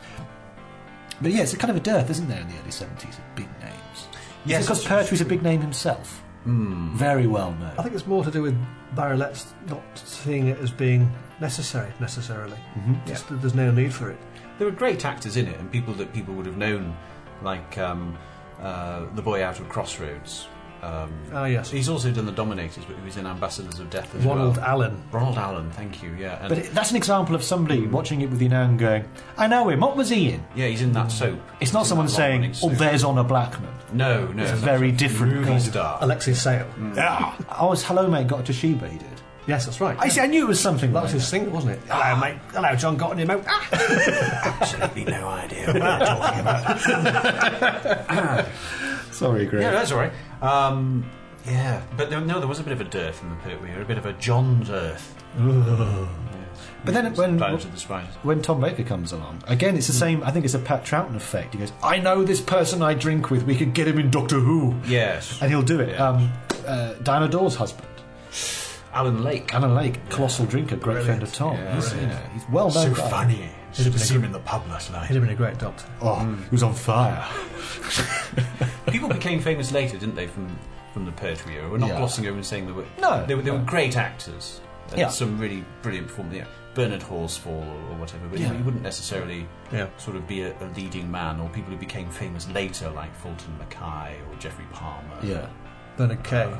But yeah, it's a kind of a dearth, isn't there, in the early seventies of big names?
Yes,
because
it's
Pertwee's a big name himself, very well known.
I think it's more to do with Barrelette's not seeing it as being necessary necessarily.
Mm-hmm.
Just that there's no need for it.
There were great actors in it, and people that people would have known, like um, uh, the boy out of Crossroads. Um,
Ah, yes.
he's also done the Dominators, but he was in Ambassadors of Death as
Ronald
well.
Allen.
Ronald Allen, thank you. Yeah, and
But it, that's an example of somebody watching it with you now and going, I know him, what was he in?
yeah, he's in that soap.
It's not
He's in
someone
that
saying,
long-running
oh,
soap.
there's Honor Blackman.
No, no,
It's a
that's
very
a
different
movie
kind of-
star.
[LAUGHS]
Alexis Sale.
Mm.
Ah, oh, it's Hello Mate Got to Sheba, he did.
Yes, that's right.
I see, I knew it was something
that
like
was his
that.
single, wasn't it?
Ah.
Hello, mate. Hello, John Got him out.
Absolutely no idea what I'm talking about.
Sorry, Greg.
[LAUGHS] Yeah, that's all right. Um, yeah, but there, no, there was a bit of a dearth in the pit. We were a bit of a John dearth.
But then when-
Planet of the Spiders.
When Tom Baker comes along, again, it's the same, I think it's a Pat Troughton effect. He goes, I know this person I drink with, we could get him in Doctor Who.
Yes,
And he'll do it. Um, uh, Diana Dawes' husband,
Alan Lake.
Alan Lake, colossal drinker, great friend of Tom.
Yeah,
he's, you know,
brilliant.
he's well known. guy.
Should have seen him in the pub last
He'd
night.
have been a great doctor.
Oh, he was on fire.
People became famous later, didn't they? From from the Pertwee era. We're not
Yeah.
glossing over and saying they were.
No.
they were, they were great actors. And
Yeah.
some really brilliant performers. Yeah. Bernard Horsfall or, or whatever, but
Yeah.
he wouldn't necessarily
Yeah.
sort of be a, a leading man, or people who became famous later, like Fulton Mackay or Jeffrey Palmer.
Yeah.
Bernard Kay.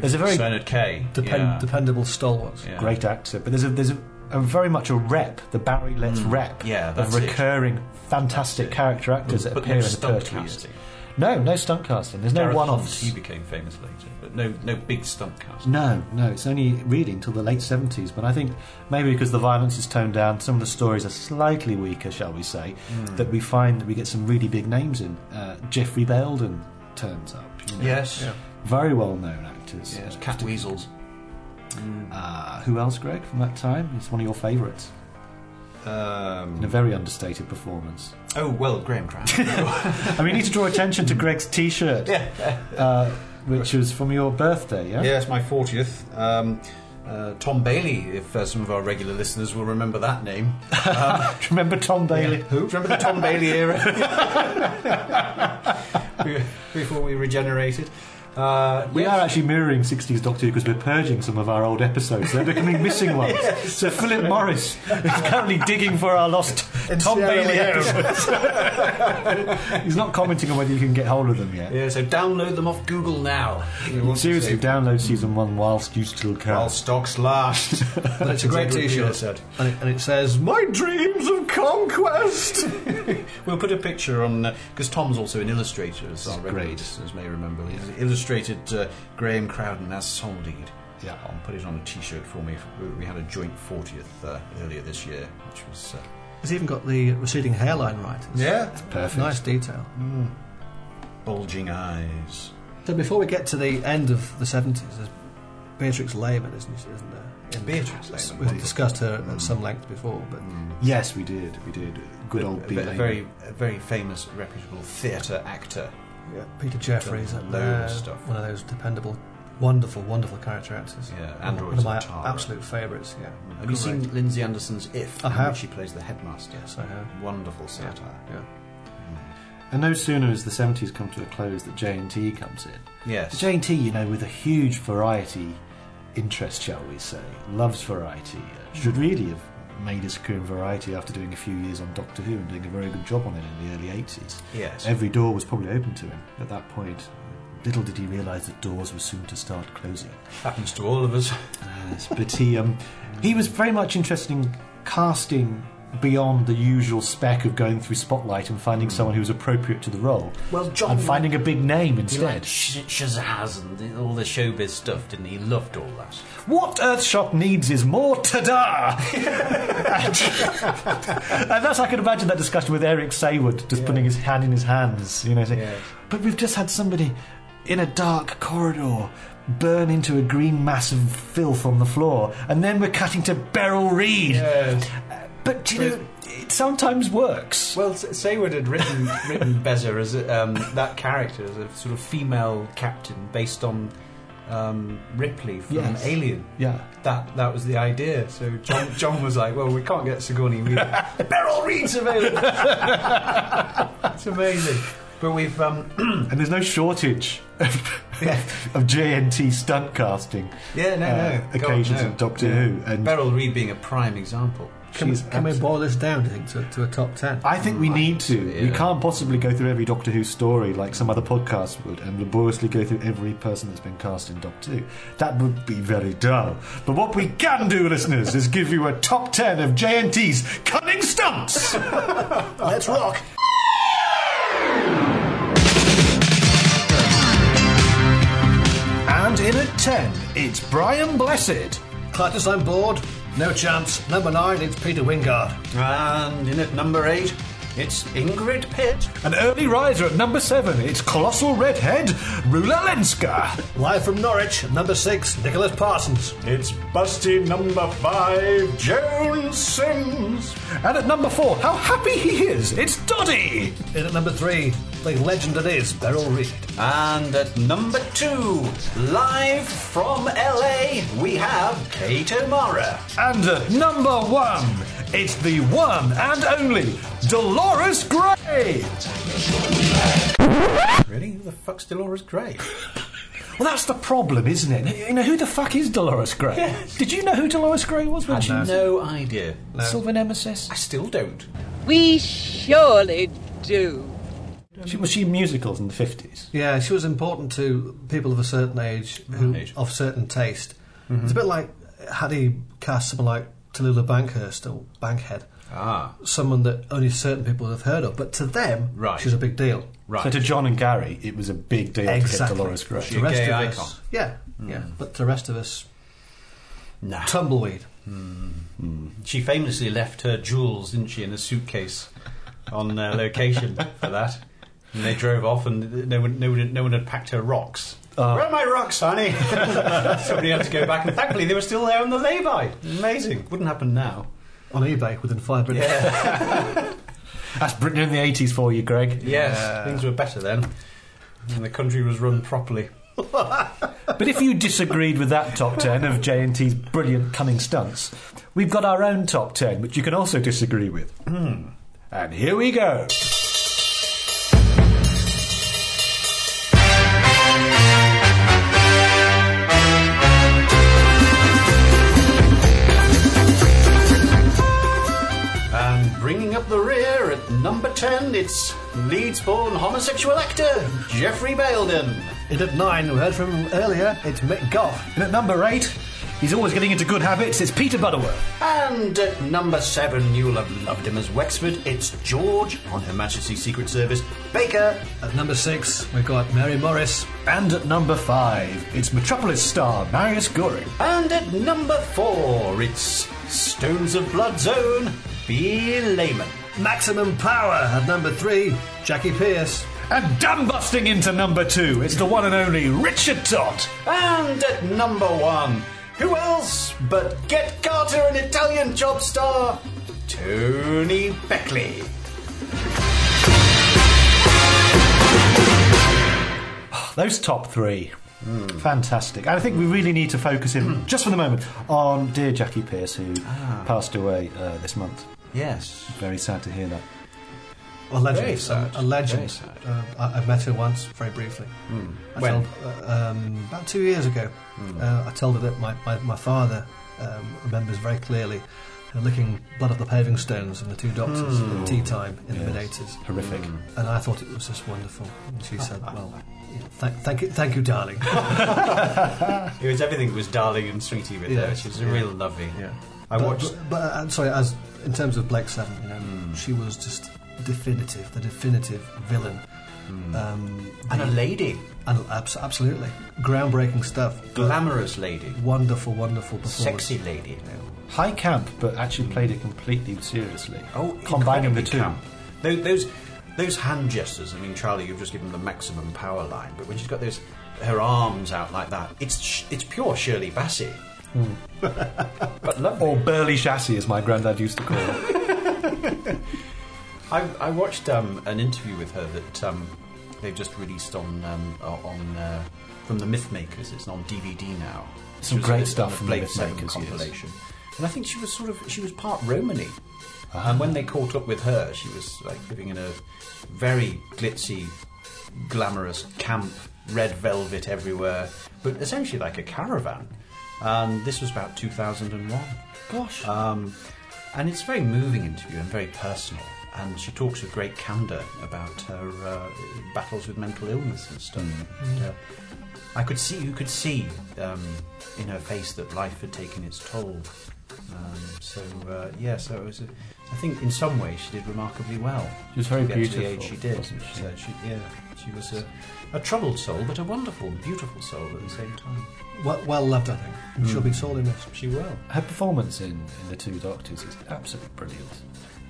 There's a very
Bernard Kay.
Depend-
yeah.
Dependable stalwarts.
Yeah.
great actor, but there's a there's a, a very much a rep, the Barry Letts rep
Mm. Yeah,
of
that's it.
recurring, fantastic
That's it.
character actors that
But
appear
no
in the
stunt
first few years.
casting.
No, no stunt casting. There's no
Gareth Hunt,
one-offs.
He became famous later, but no, no big stunt cast.
No, no, it's only really until the late 70s. But I think maybe because the violence is toned down, some of the stories are slightly weaker, shall we say,
Mm.
that we find that we get some really big names in. Uh, Jeffrey Belden turns up. you know.
Yes.
Very well known actors.
Yes. Cat Weasels.
Uh, who else, Greg, from that time? It's one of your favourites. In a
Um,
very understated performance.
oh well,
[LAUGHS]
Graham Craft.
I mean, we need to draw attention to Greg's t shirt, uh, which was from your birthday, yeah?
Yes, my 40th. Um, uh, Tom Bailey, if uh, some of our regular listeners will remember that name.
Remember Tom Bailey?
Who? Remember the Tom Bailey
[LAUGHS]
era? We- Before we regenerated. Uh,
We
yes.
are actually mirroring 60s Doctor Who because we're purging some of our old episodes. They're becoming
[LAUGHS]
missing ones. so Philip Morris is currently digging for our lost Tom Bailey episodes.
[LAUGHS]
He's not commenting on whether you can get hold of them yet.
Yeah, so download them off Google now. You want to
Seriously,
save-
download season one whilst you still can.
While
[LAUGHS]
stocks last. That's
It's a great T-shirt, and it, and it says, "My dreams of conquest."
[LAUGHS] We'll put a picture on because Tom's also an illustrator, as our regular
great.
listeners may remember. He's illustrated uh, Graham Crowden as Soldeed.
Yeah.
and put it on a T-shirt for me. We- We had a joint 40th uh, earlier this year, which was uh,
He's even got the receding hairline right. It's
yeah,
Perfect.
Nice detail.
bulging eyes.
So before we get to the end of the seventies, there's Beatrix Lehman, isn't, isn't there? In-
Beatrix Lehman,
We've
wonderful.
discussed her at some length before, but
Mm.
Yes, we did. We did. Good
A
old
ve-
B.
a very, a very famous, reputable theatre actor.
yeah, Peter Jeffries,
Done
and,
loads of
uh,
stuff.
one of those dependable, wonderful, wonderful character actors.
Yeah,
one
androids
of my
and Tara.
absolute favourites. Yeah,
Have you seen Lindsay Anderson's If?
I
in
have.
which She plays the headmaster.
Yes, I have.
Wonderful satire.
Yeah.
And no sooner has the 70s come to a close that J&T comes in.
Yes.
J&T, you know, with a huge variety interest, shall we say, loves variety. Uh, Should really have made his career in variety after doing a few years on Doctor Who and doing a very good job on it in the early 80s.
Yes.
Every door was probably open to him at that point. Little did he realise that doors were soon to start closing.
Happens to all of us.
Yes, but he um, he was very much interested in casting beyond the usual spec of going through Spotlight and finding someone who was appropriate to the role.
Hmm. Well, John-
and finding a big name instead.
Sh- Shazaz and the- all the showbiz stuff, didn't he? He loved all that.
What Earthshock needs is more
[LAUGHS]
ta-da! and, and that's I can imagine that discussion with Eric Sayward, just putting his hand in his hands, you know. Saying,
Yes.
But we've just had somebody in a dark corridor burn into a green mass of filth on the floor, and then we're cutting to Beryl Reed. But do you know, it sometimes works.
Well, S- Sayward had written [LAUGHS] written Bezzer as a, um, that character as a sort of female captain based on um, Ripley from
Yes.
Alien.
yeah.
That that was the idea. So John John was like, "Well, we can't get Sigourney [LAUGHS] Weaver. Beryl Reed's available." [LAUGHS] it's amazing. But we've um,
[CLEARS THROAT] And there's no shortage of, [LAUGHS] of JNT stunt casting.
yeah no
uh,
no
occasions
God, no.
of Doctor Who. And
Beryl Reed being a prime example.
Can, we,
She's
can we
absolute-
boil this down? Do you think to, to a top ten?
I think we need to. We
yeah.
can't possibly go through every Doctor Who story like some other podcast would and laboriously go through every person that's been cast in Doctor Who. That would be very dull. But what we can do, listeners, is give you a top 10 of JNT's cunning stunts!
Let's rock.
and in at 10, it's Brian Blessed.
Cletus, I'm bored. No chance. Number nine, it's Peter Wingard.
And in at number eight, it's Ingrid Pitt.
An early riser at number 7, it's Colossal Redhead Rulalenska.
Live from Norwich, number six, Nicholas Parsons.
It's busty number five, Joan Sims.
And at number 4, how happy he is, it's Doddy.
In at number three, the legend it is, Beryl Reed.
And at number two, live from LA, we have Kate O'Mara.
And at number one, it's the one and only Dolores Gray.
Really? Who the fuck's Dolores Gray?
Well, that's the problem, isn't it? You know, who the fuck is Dolores Gray?
[LAUGHS]
Did you know who Dolores Gray was when
Had
she
no,
was
idea.
Sylvan Nemesis?
I still don't.
We surely do.
She, was she in musicals in the 50s?
Yeah, she was important to people of a certain age, who,
Age. Mm-hmm.
of certain taste. It's a bit like had he cast someone like Tallulah Bankhurst or Bankhead,
Ah,
someone that only certain people would have heard of, but to them,
Right.
she's a big deal.
right.
So to John and Gary, it was a big deal
Exactly.
to get Dolores Gray.
She- a gay icon. Hmm.
us, yeah, yeah, but the rest of us,
nah.
tumbleweed.
She famously left her jewels, didn't she, in a suitcase on uh, location for that. And they drove off, and no one, no one, no one had packed her rocks.
Ah.
Where are my rocks, honey? [LAUGHS] Somebody had to go back, and thankfully they were still there on the lay-by. Amazing. Wouldn't happen now.
On eBay within five minutes.
That's Britain in the 80s for you, Greg.
Yes, Uh, things were better then, and the country was run properly.
But if you disagreed with that top 10 of J&T's brilliant cunning stunts, we've got our own top 10, which you can also disagree with. And here we go.
And bringing up the rear at number ten, it's Leeds-born homosexual actor Jeffrey Belden.
And at nine, we heard from him earlier, it's Mick Goff.
And at number 8, he's always getting into good habits, it's Peter Butterworth.
And at number seven, you'll have loved him as Wexford. It's George on Her Majesty's Secret Service. Baker.
At number six, we've got Mary Morris.
And at number 5, it's Metropolis star Marius Goring.
And at number four, it's Stones of Blood Zone. B. Lehman.
Maximum Power at number three, Jackie Pierce.
And dam busting into number 2, it's the one and only Richard Todd.
And at number one, who else but Get Carter, an Italian job star, Tony Beckley.
[SIGHS] Those top three. Fantastic. And I think we really need to focus
Hmm.
in, just for the moment, on dear Jackie Pierce, who
Ah.
passed away uh, this month.
Yes.
Very sad to hear that.
A legend.
Very sad.
A, a legend.
Very sad. Hmm.
Uh, I, I met her once, very briefly. I
When? Hmm.
told, uh, um, about two years ago. Uh, I told her that my, my, my father um, remembers very clearly her licking blood off the paving stones and the two doctors
Hmm.
at tea time in the mid 80s.
Horrific.
And I thought it was just wonderful. And she said, well, you know, thank, thank, you, thank you, darling.
It was everything was darling and sweetie with her.
Yes,
She was a real lovey.
Yeah.
I
but,
watched.
But, but, uh, sorry, as in terms of Blake Seven, you know, she was just definitive, the definitive villain. Um,
And a lady.
and abs- absolutely groundbreaking stuff.
Glamorous lady.
Wonderful, wonderful performance.
Sexy lady.
High camp, but actually played it completely seriously.
Oh,
combining the
incredibly
two.
camp. Tho- Those, those hand gestures. I mean, Charlie, you've just given the maximum power line, but when she's got those her arms out like that, it's sh- it's pure Shirley Bassey. but lovely.
Or burly chassis, as my granddad used to call it.
I, I watched um, an interview with her that um, they've just released on um, o- on uh, from the Mythmakers. It's on DVD now.
Some
She was
great
on
stuff
the
from the
Blake Seven
Mythmakers, yes.
compilation. And I think she was sort of she was part Romany.
Uh-huh.
And when they caught up with her, she was like living in a very glitzy, glamorous camp, red velvet everywhere, but essentially like a caravan. And this was about 2001.
Gosh.
Um, and it's a very moving interview and very personal. And she talks with great candour about her uh, battles with mental illness and stuff.
Mm.
And, uh, I could see, you could see um, in her face that life had taken its toll. Um, so uh, yeah, so it was. A, I think in some ways she did remarkably well.
She was very
to get to the
beautiful,
age she did.
wasn't she?
So she, yeah, she was a, a troubled soul, but a wonderful, beautiful soul at the same time.
Well, well loved, I think. And She'll be sorely missed.
She will.
Her performance in, in The Two Doctors is absolutely brilliant.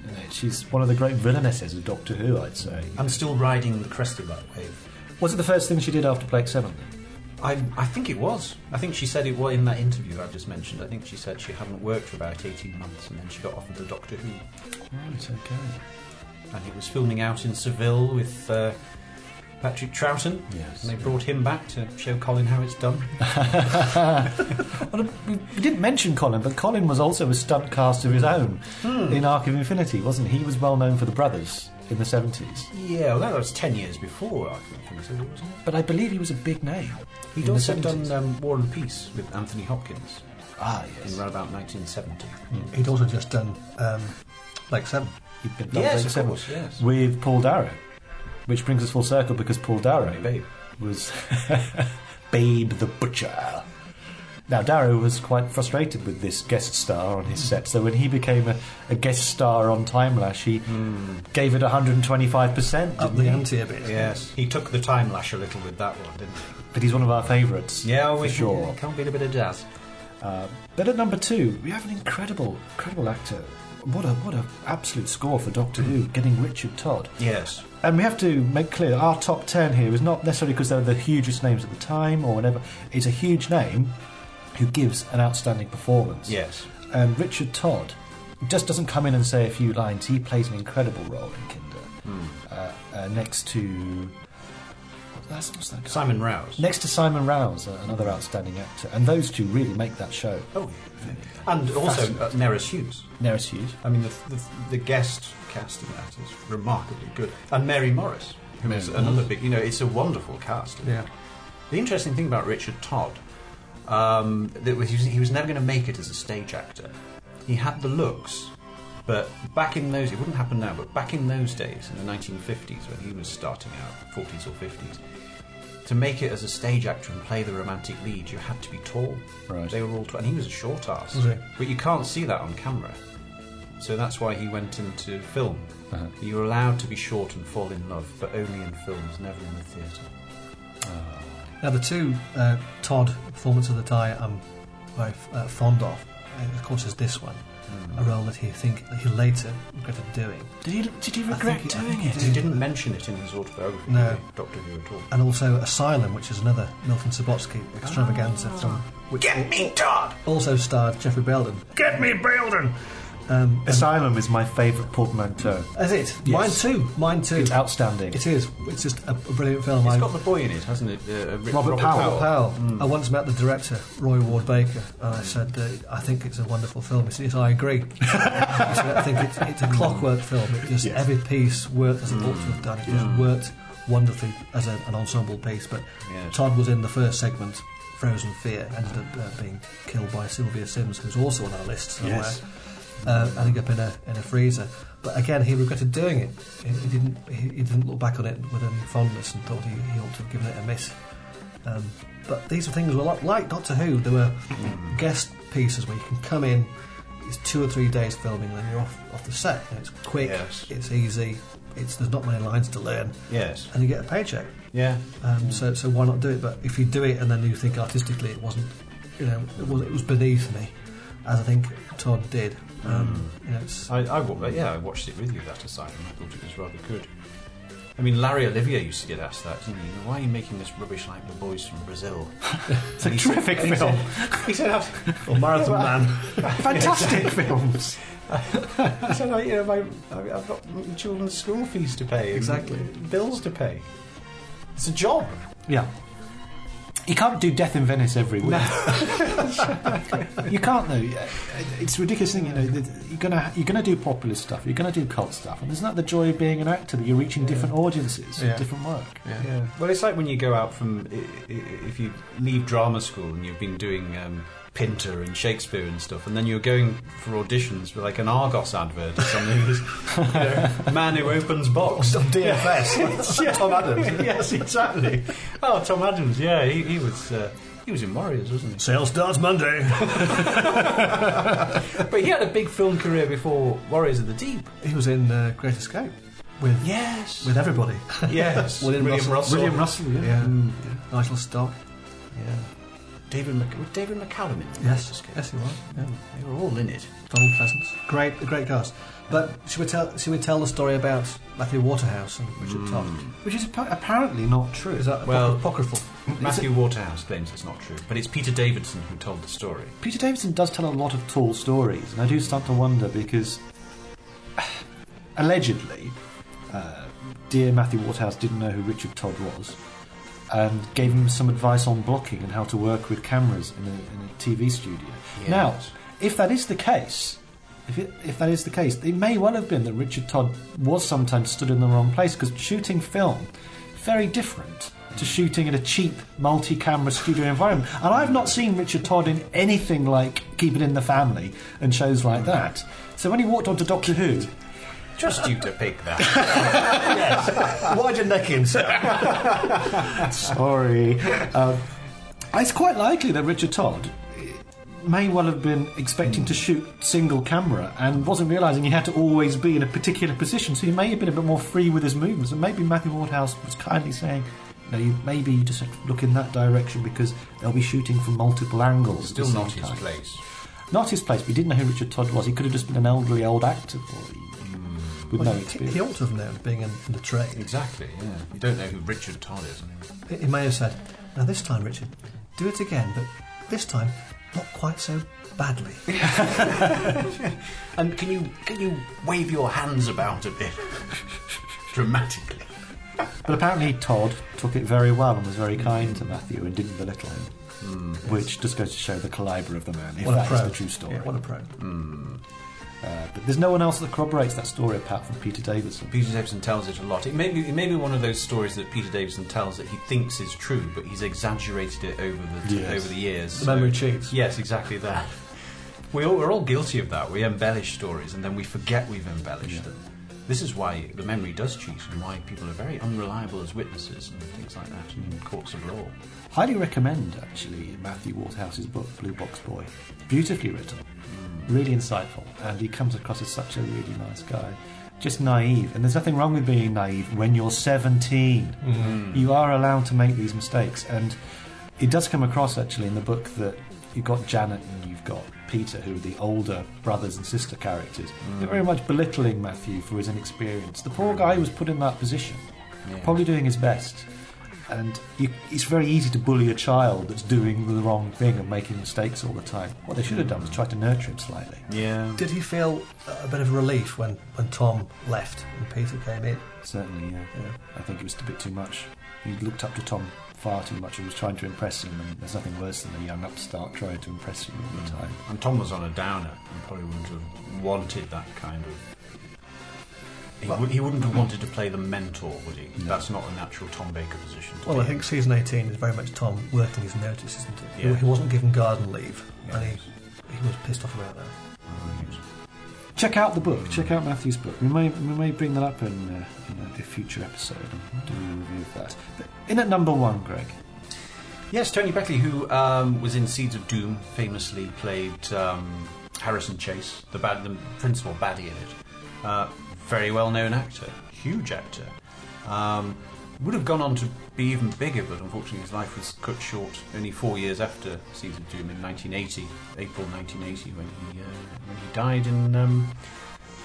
You know, she's one of the great villainesses of Doctor Who, I'd say.
I'm still riding the crest of that wave.
Was it the first thing she did after Blake 7?
I, I think it was. I think she said it was in that interview I've just mentioned. I think she said she hadn't worked for about 18 months and then she got offered the Doctor Who.
Right, okay.
And it was filming out in Seville with uh, Patrick Troughton.
Yes.
And they brought him back to show Colin how it's done.
well, we we didn't mention Colin, but Colin was also a stunt cast of his own in Arc of Infinity, wasn't he? He was well known for the Brothers in the 70s.
Yeah, well, that was 10 years before I think, wasn't it?
But I believe he was a big name.
He'd
in the
also
70s.
done um, War and Peace with Anthony Hopkins
Ah,
in
yes.
around about 1970.
He'd also just done um, Lake Seven.
He'd been done
Yes,
Blake
of
Seven
course, yes.
With Paul Darrow. Which brings us full circle because Paul Darrow
Babe.
was [LAUGHS] Babe the Butcher. Now, Darrow was quite frustrated with this guest star on his set, so when he became a, a guest star on Time Lash, he
Hmm.
gave it 125%.
Uh,
Up
didn't
the
he?
ante a bit.
Yes, he took the time lash a little with that one, didn't he?
But he's one of our favourites.
Yeah, we
for sure.
Can't beat a bit of jazz.
But at number two, we have an incredible, incredible actor. What a what a absolute score for Doctor Who, getting Richard Todd.
Yes.
And we have to make clear our top ten here is not necessarily because they're the hugest names at the time or whatever. It's a huge name who gives an outstanding performance.
Yes.
And Richard Todd just doesn't come in and say a few lines. He plays an incredible role in Kinder. Uh, uh, next to that's what's that guy?
Simon Rouse.
Next to Simon Rouse, uh, another outstanding actor, and those two really make that show.
Oh, and also uh, Nerys Hughes.
Nearest Hughes.
I mean, the, the, the guest cast of that is remarkably good. And Mary Morris, who is another big, you know, it's a wonderful cast.
Yeah.
The interesting thing about Richard Todd, um, that was, he, was, he was never going to make it as a stage actor. He had the looks, but back in those, it wouldn't happen now, but back in those days, in the 1950s, when he was starting out, 40s or 50s, to make it as a stage actor and play the romantic lead, you had to be tall.
Right.
They were all tall, and he was a short ass.
Was he?
But you can't see that on camera. So that's why he went into film.
Uh-huh.
You're allowed to be short and fall in love, but only in films, never in the theatre.
Now the two uh, Todd performances that I am very f- uh, fond of, uh, of course, is this one,
Hmm.
a role that he think that he later regretted doing,
Did he, did he
I
regret
think he- I
doing
think he
it?
did.
He didn't mention it in his autobiography,
No.
did he, Doctor Who at all.
and also Asylum, which is another Milton Subotsky extravaganza
Ah.
from which al-
Todd!
also starred Jeffrey Belden.
Get me Belden!
Um,
Asylum is my favourite portmanteau.
that's it.
Yes.
Mine too. Mine too.
It's outstanding.
It is. It's just a, a brilliant film.
It's
I-
got the boy in it, hasn't it? Uh, uh, Ri-
Robert Powell.
Robert Powell.
Mm.
I once met the director, Roy Ward Baker, and I said, uh, I think it's a wonderful film. He said, Yes,
[LAUGHS]
I agree. I, said, I think it's, it's a
Mm.
clockwork film. It just
Yes.
every piece worked as it ought to have done. It
Mm.
just worked wonderfully as a, an ensemble piece. But
Yes.
Todd was in the first segment, Frozen Fear, ended up uh, being killed by Sylvia Sims, who's also on our list somewhere.
Yes.
Uh, ending up in a in a freezer, but again he regretted doing it. He, he didn't he, he didn't look back on it with any fondness and thought he, he ought to have given it a miss. Um, but these are things were lot like Doctor Who. There were guest pieces where you can come in. It's two or three days filming, and you're off off the set. And it's quick.
Yes.
It's easy. It's there's not many lines to learn,
Yes.
and you get a paycheck.
Yeah.
Um, So so why not do it? But if you do it and then you think artistically it wasn't, you know, it was it was beneath me, as I think Todd did. Um,
Hmm.
you know, it's,
I, I, wa- uh, yeah, I watched it with you, that asylum. I thought it was rather good. I mean, Larry Olivier used to get asked that, didn't he? You know, Why are you making this rubbish like the boys from
[LAUGHS]
Brazil?
It's a terrific film.
He said, "I've-
[LAUGHS] or Marathon Man.
Fantastic [LAUGHS] films.
I said, like, you know, my, I- I've got children's school fees to pay. and
Exactly.
Bills to pay. It's a job.
Yeah. You can't do Death in Venice every week. you can't though. Yeah. It's a ridiculous thing. You know, that you're gonna you're gonna do popular stuff. You're gonna do cult stuff, and isn't that the joy of being an actor that you're reaching different audiences, with
Yeah.
different work?
Yeah. Well, it's like when you go out from, i- i- if you leave drama school and you've been doing um, Pinter and Shakespeare and stuff, and then you're going for auditions for like an Argos advert or something. you [LAUGHS] know, man who opens box. [LAUGHS] DFS. Tom Adams. [LAUGHS] yes, exactly. Oh, Tom Adams. Yeah, he, he was. Uh, he was in Warriors, wasn't he?
Sale starts Monday. [LAUGHS]
But he had a big film career before Warriors of the Deep.
he was in uh, Great Escape with
Yes.
with everybody. [LAUGHS]
Yes.
William
[LAUGHS]
Russell.
William Russell.
yeah. Nigel Stock.
David Mc- was David McCallum in it?
Yes, yes, he was. Yeah.
They were all in it.
Donald Pleasance. Great, a great cast. But should we tell should we tell the story about Matthew Waterhouse and Richard
Hmm.
Todd?
Which is appa- apparently not true.
Is that
Well-
well, apocryphal?
Matthew Waterhouse claims it's not true, but it's Peter Davidson who told the story.
Peter Davison does tell a lot of tall [SIGHS] stories, and I do start to wonder because allegedly, uh, dear Matthew Waterhouse didn't know who Richard Todd was and gave him some advice on blocking and how to work with cameras in a, in a TV studio. Now, if that is the case, if, it, if that is the case, it may well have been that Richard Todd was sometimes stood in the wrong place because shooting film very different to shooting in a cheap multi-camera studio environment. And I've not seen Richard Todd in anything like Keep It in the Family and shows like that. So when he walked onto Doctor Who,
Just you to pick that.
Why'd you neck him, sir?
[LAUGHS] Sorry. Um, it's quite likely that Richard Todd may well have been expecting to shoot single camera and wasn't realising he had to always be in a particular position, so he may have been a bit more free with his movements. And maybe Matthew Wardhouse was kindly saying, no, you, maybe you just have to look in that direction because they'll be shooting from multiple angles. at the
Still
same
not his
time."
place.
Not his place. We didn't know who Richard Todd was. He could have just been an elderly old actor for with
Well,
no
he,
experience.
he ought to have known, being in, in the trade.
Exactly, yeah. You don't know who Richard Todd is. I mean,
He, he may have said, Now this time, Richard, do it again, but this time, not quite so
[LAUGHS]
badly.
And can you can you wave your hands about a bit [LAUGHS] dramatically?
But apparently Todd took it very well and was very kind to Matthew and didn't belittle him. Which just goes to show the calibre of the man, if
What a
that
pro.
is the true story. Hmm.
Yeah, what a pro.
Uh, but there's no one else that corroborates that story apart from Peter Davison.
Peter Davison tells it a lot. It may be it may be one of those stories that Peter Davison tells that he thinks is true, but he's exaggerated it over the
Yes.
over the years.
The memory cheats.
Yes, exactly that. We all, we're all guilty of that. We embellish stories and then we forget we've embellished them. This is why the memory does cheat and why people are very unreliable as witnesses and things like that in courts of law.
Highly recommend, actually, Matthew Waterhouse's book, Blue Box Boy. Beautifully written, really insightful, and he comes across as such a really nice guy. Just naive, and there's nothing wrong with being naive when you're 17. You are allowed to make these mistakes, and it does come across actually in the book that you've got Janet and you've got Peter, who are the older brothers and sister characters. They're very much belittling Matthew for his inexperience. The poor guy was put in that position, probably doing his best. And you, it's very easy to bully a child that's doing the wrong thing and making mistakes all the time. What they should have done was try to nurture him slightly.
Yeah.
Did he feel a bit of relief when, when Tom left and Peter came in?
Certainly, yeah. I think it was a bit too much. He looked up to Tom far too much and was trying to impress him, and there's nothing worse than a young upstart trying to impress you all the
Mm.
time.
And Tom was on a downer and probably wouldn't have wanted that kind of. He, wou- he wouldn't have wanted to play the mentor, would he? That's not a natural Tom Baker position. To
Well,
be
I think season 18 is very much Tom working his notice, isn't it? He-
Yeah.
He, wasn't given garden leave, and
Yes.
he, he was pissed off about that.
Check out the book. Check out Matthew's book. We may we may bring that up in, uh, in a, a future episode and do a review of that. But in at number one, Greg.
in. Yes, Tony Beckley, who um, was in Seeds of Doom, famously played um, Harrison Chase, the, bad, the principal baddie in it. Uh, very well known actor, huge actor. Um, would have gone on to be even bigger, but unfortunately his life was cut short only four years after Seeds of Doom in 1980, April 1980, when he, uh, when he died in um,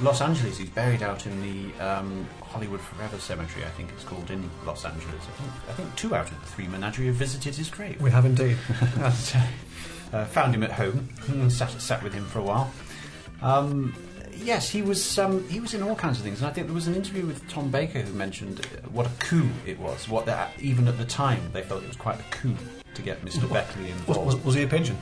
Los Angeles. He's buried out in the um, Hollywood Forever Cemetery, I think it's called, in Los Angeles. I think, I think two out of the three menagerie have visited his grave.
We have indeed.
And, uh, found him at home, sat, sat with him for a while. Um, yes, he was um, he was in all kinds of things, and I think there was an interview with Tom Baker who mentioned uh, what a coup it was. What the, even at the time they felt it was quite a coup to get Mr. Beckley
was,
involved.
was, was he a pigeon?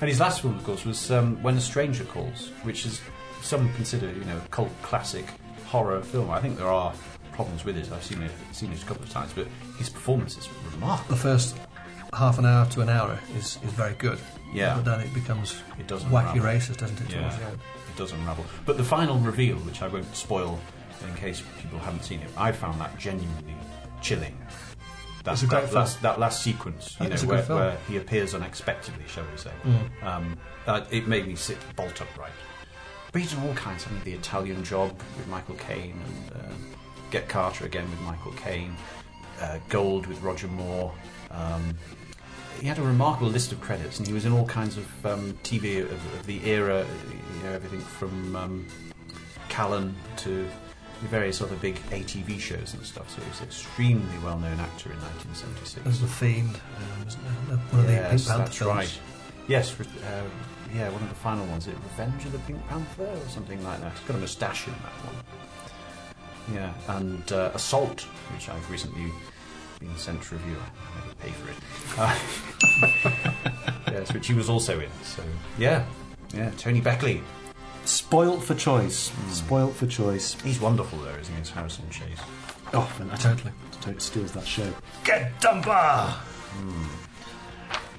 And his last film, of course, was um, When a Stranger Calls, which is some consider you know a cult classic horror film. I think there are problems with it. I've seen it seen it a couple of times, but his performance is
The
remarkable.
first half an hour to an hour is, is very good.
Yeah.
But then it becomes
It doesn't
wacky
unravel.
racist, doesn't it?
Yeah,
towards the end?
it does unravel. But the final reveal, which I won't spoil in case people haven't seen it, I found that genuinely chilling. That's
It's a great
that,
film.
last, that last sequence, you know,
It's a
where,
good film.
where he appears unexpectedly, shall we say.
Mm.
Um, that, it made me sit bolt upright. But he's done all kinds. I mean, the Italian job with Michael Caine, and uh, Get Carter again with Michael Caine, uh, Gold with Roger Moore. Um, he had a remarkable list of credits, and he was in all kinds of um, TV of, of the era. You know, everything from um, Callan to the various other big ATV shows and stuff. So he was an extremely well-known actor in 1976.
There's the fiend, um, isn't there? one of the Pink
Yes,
Panther
that's
films.
right. Yes, re- uh, yeah, one of the final ones. Is it Revenge of the Pink Panther or something like that? He's got a moustache in that one. Yeah, and uh, Assault, which I've recently been sent to review. I never pay for it. Uh, [LAUGHS] yes, which he was also in. So yeah, yeah, Tony Beckley.
Spoilt for choice.
Mm.
Spoilt for choice.
He's wonderful though, isn't he? It's Harrison Chase.
Oh, totally. Totally steals that show.
Get Dunbar.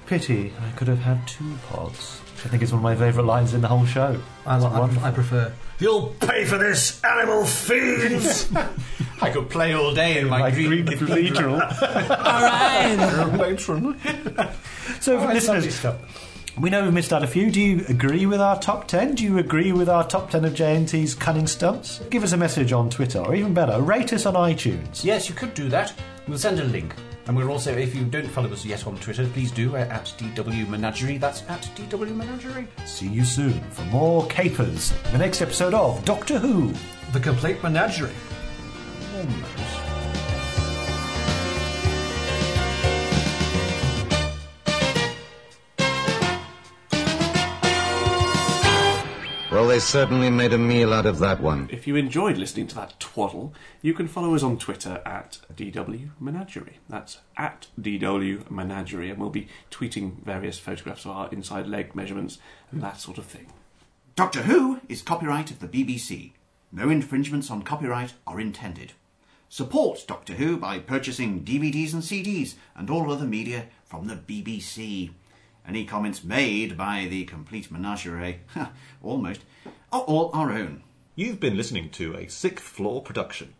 Pity I could have had two pods. I think it's one of my favourite lines in the whole show.
I, like, I, I prefer.
You'll pay for this, animal fiends. [LAUGHS] I could play all day in my,
Like [LAUGHS]
green,
Green Cathedral.
All right.
so, for listeners, we know we've missed out a few. Do you agree with our top 10? Do you agree with our top 10 of JNT's cunning stunts? Give us a message on Twitter, or even better, rate us on iTunes.
Yes, you could do that. We'll send a link. And we're also, if you don't follow us yet on Twitter, please do. We're at DW Menagerie. That's at DW Menagerie.
See you soon for more capers in the next episode of Doctor Who.
[LAUGHS] The Complete Menagerie.
Well, they certainly made a meal out of that one.
If you enjoyed listening to that twaddle, you can follow us on Twitter at DW Menagerie. That's at DW Menagerie, and we'll be tweeting various photographs of our inside leg measurements and that sort of thing.
Doctor Who is copyright of the BBC. No infringements on copyright are intended. Support Doctor Who by purchasing DVDs and CDs and all other media from the BBC. Any comments made by the complete menagerie, [LAUGHS] almost, are all our own.
You've been listening to a sixth floor production.